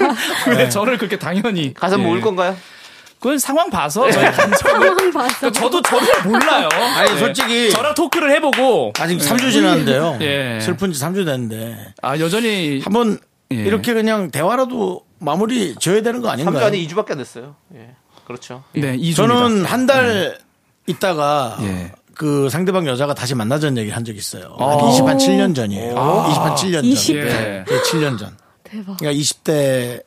왜 저를 그렇게 당연히 예. 가서 뭐 올 건가요? 그건 상황 봐서 저희 간섭을. 상황 봐서. 그러니까 저도 저를 몰라요. 네. 아니, 예. 솔직히. 저랑 토크를 해보고 아직 3주 지났는데요. 예. 슬픈 지 3주 됐는데. 아 여전히 한번 예. 이렇게 그냥 대화라도 마무리 줘야 되는 거 3주 아닌가요? 아니 2주밖에 안 됐어요. 예. 그렇죠. 예. 네, 이 저는 한 달 있다가 예. 그 상대방 여자가 다시 만나자는 얘기를 한 적이 있어요. 아. 한 20한 7년 전이에요. 20한 7년 전. 20. 예. 7년 전. 대박. 그러니까 20대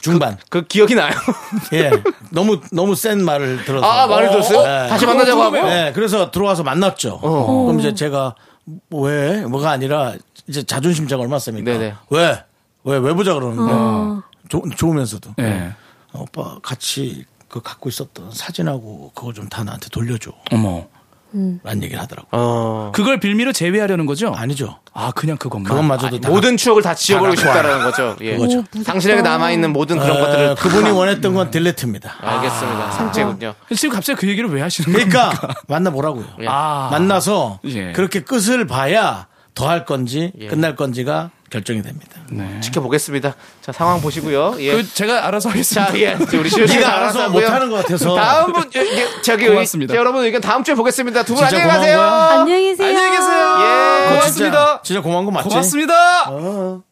중반. 그 기억이 나요. 예. 너무 너무 센 말을 들어서. 그 아, 말을 들었어요? 네. 다시 만나자고 하고? 네, 그래서 들어와서 만났죠. 그럼 이제 제가 왜 뭐가 아니라 이제 자존심 제가 얼마 셉니까? 네네. 왜? 왜, 왜 보자 그러는데. 어. 좋- 좋으면서도. 네. 예. 오빠 같이 그 갖고 있었던 사진하고 그거 좀 다 나한테 돌려줘. 어머. 라는 얘기를 하더라고. 어. 그걸 빌미로 제외하려는 거죠? 아니죠. 아, 그냥 그것만. 그것마저도 다 아, 모든 추억을 다 지워버리고 싶다라는 거죠. 예. 그거죠. 당신에게 남아있는 모든 그런 에, 것들을 다- 어, 그분이 원했던 건 딜레트입니다. 알겠습니다. 삭제군요. 지금 갑자기 그 얘기를 왜 하시는 그러니까 겁니까? 만나보라고요. 아. 만나서 예. 그렇게 끝을 봐야 더 할 건지 예. 네. 끝날 건지가 결정이 됩니다. 지켜보겠습니다. 자, 상황 보시고요. 예. 네. 그 제가 알아서 하겠습니다. 자, 예. 우리 시우 씨가 네가 알아서 하고요. 못하는 것 같아서 다음 분 예, 예, 저기 고맙습니다. 우리 여러분 의견 다음 주에 보겠습니다. 두 분 진짜 안녕히 가세요. 고마운 어, 안녕히 계세요. 안녕히 계세요. 예. 고맙습니다. 진짜, 진짜 고마운 거 맞지? 고맙습니다. 어.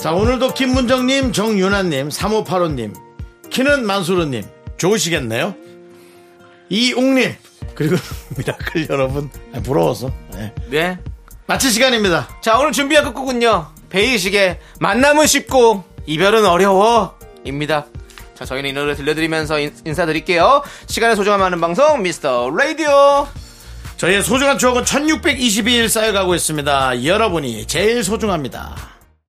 자 오늘도 김문정님, 정윤아님, 3585님, 키는 만수르님 좋으시겠네요. 이웅님 그리고 미라클 여러분 아, 부러워서 네. 네. 마칠 시간입니다. 자, 오늘 준비한 끝곡은요. 베이식의 만남은 쉽고 이별은 어려워입니다. 자, 저희는 이 노래 들려드리면서 인, 사드릴게요 시간의 소중함 하는 방송 미스터 라디오. 저희의 소중한 추억은 1622일 쌓여가고 있습니다. 여러분이 제일 소중합니다.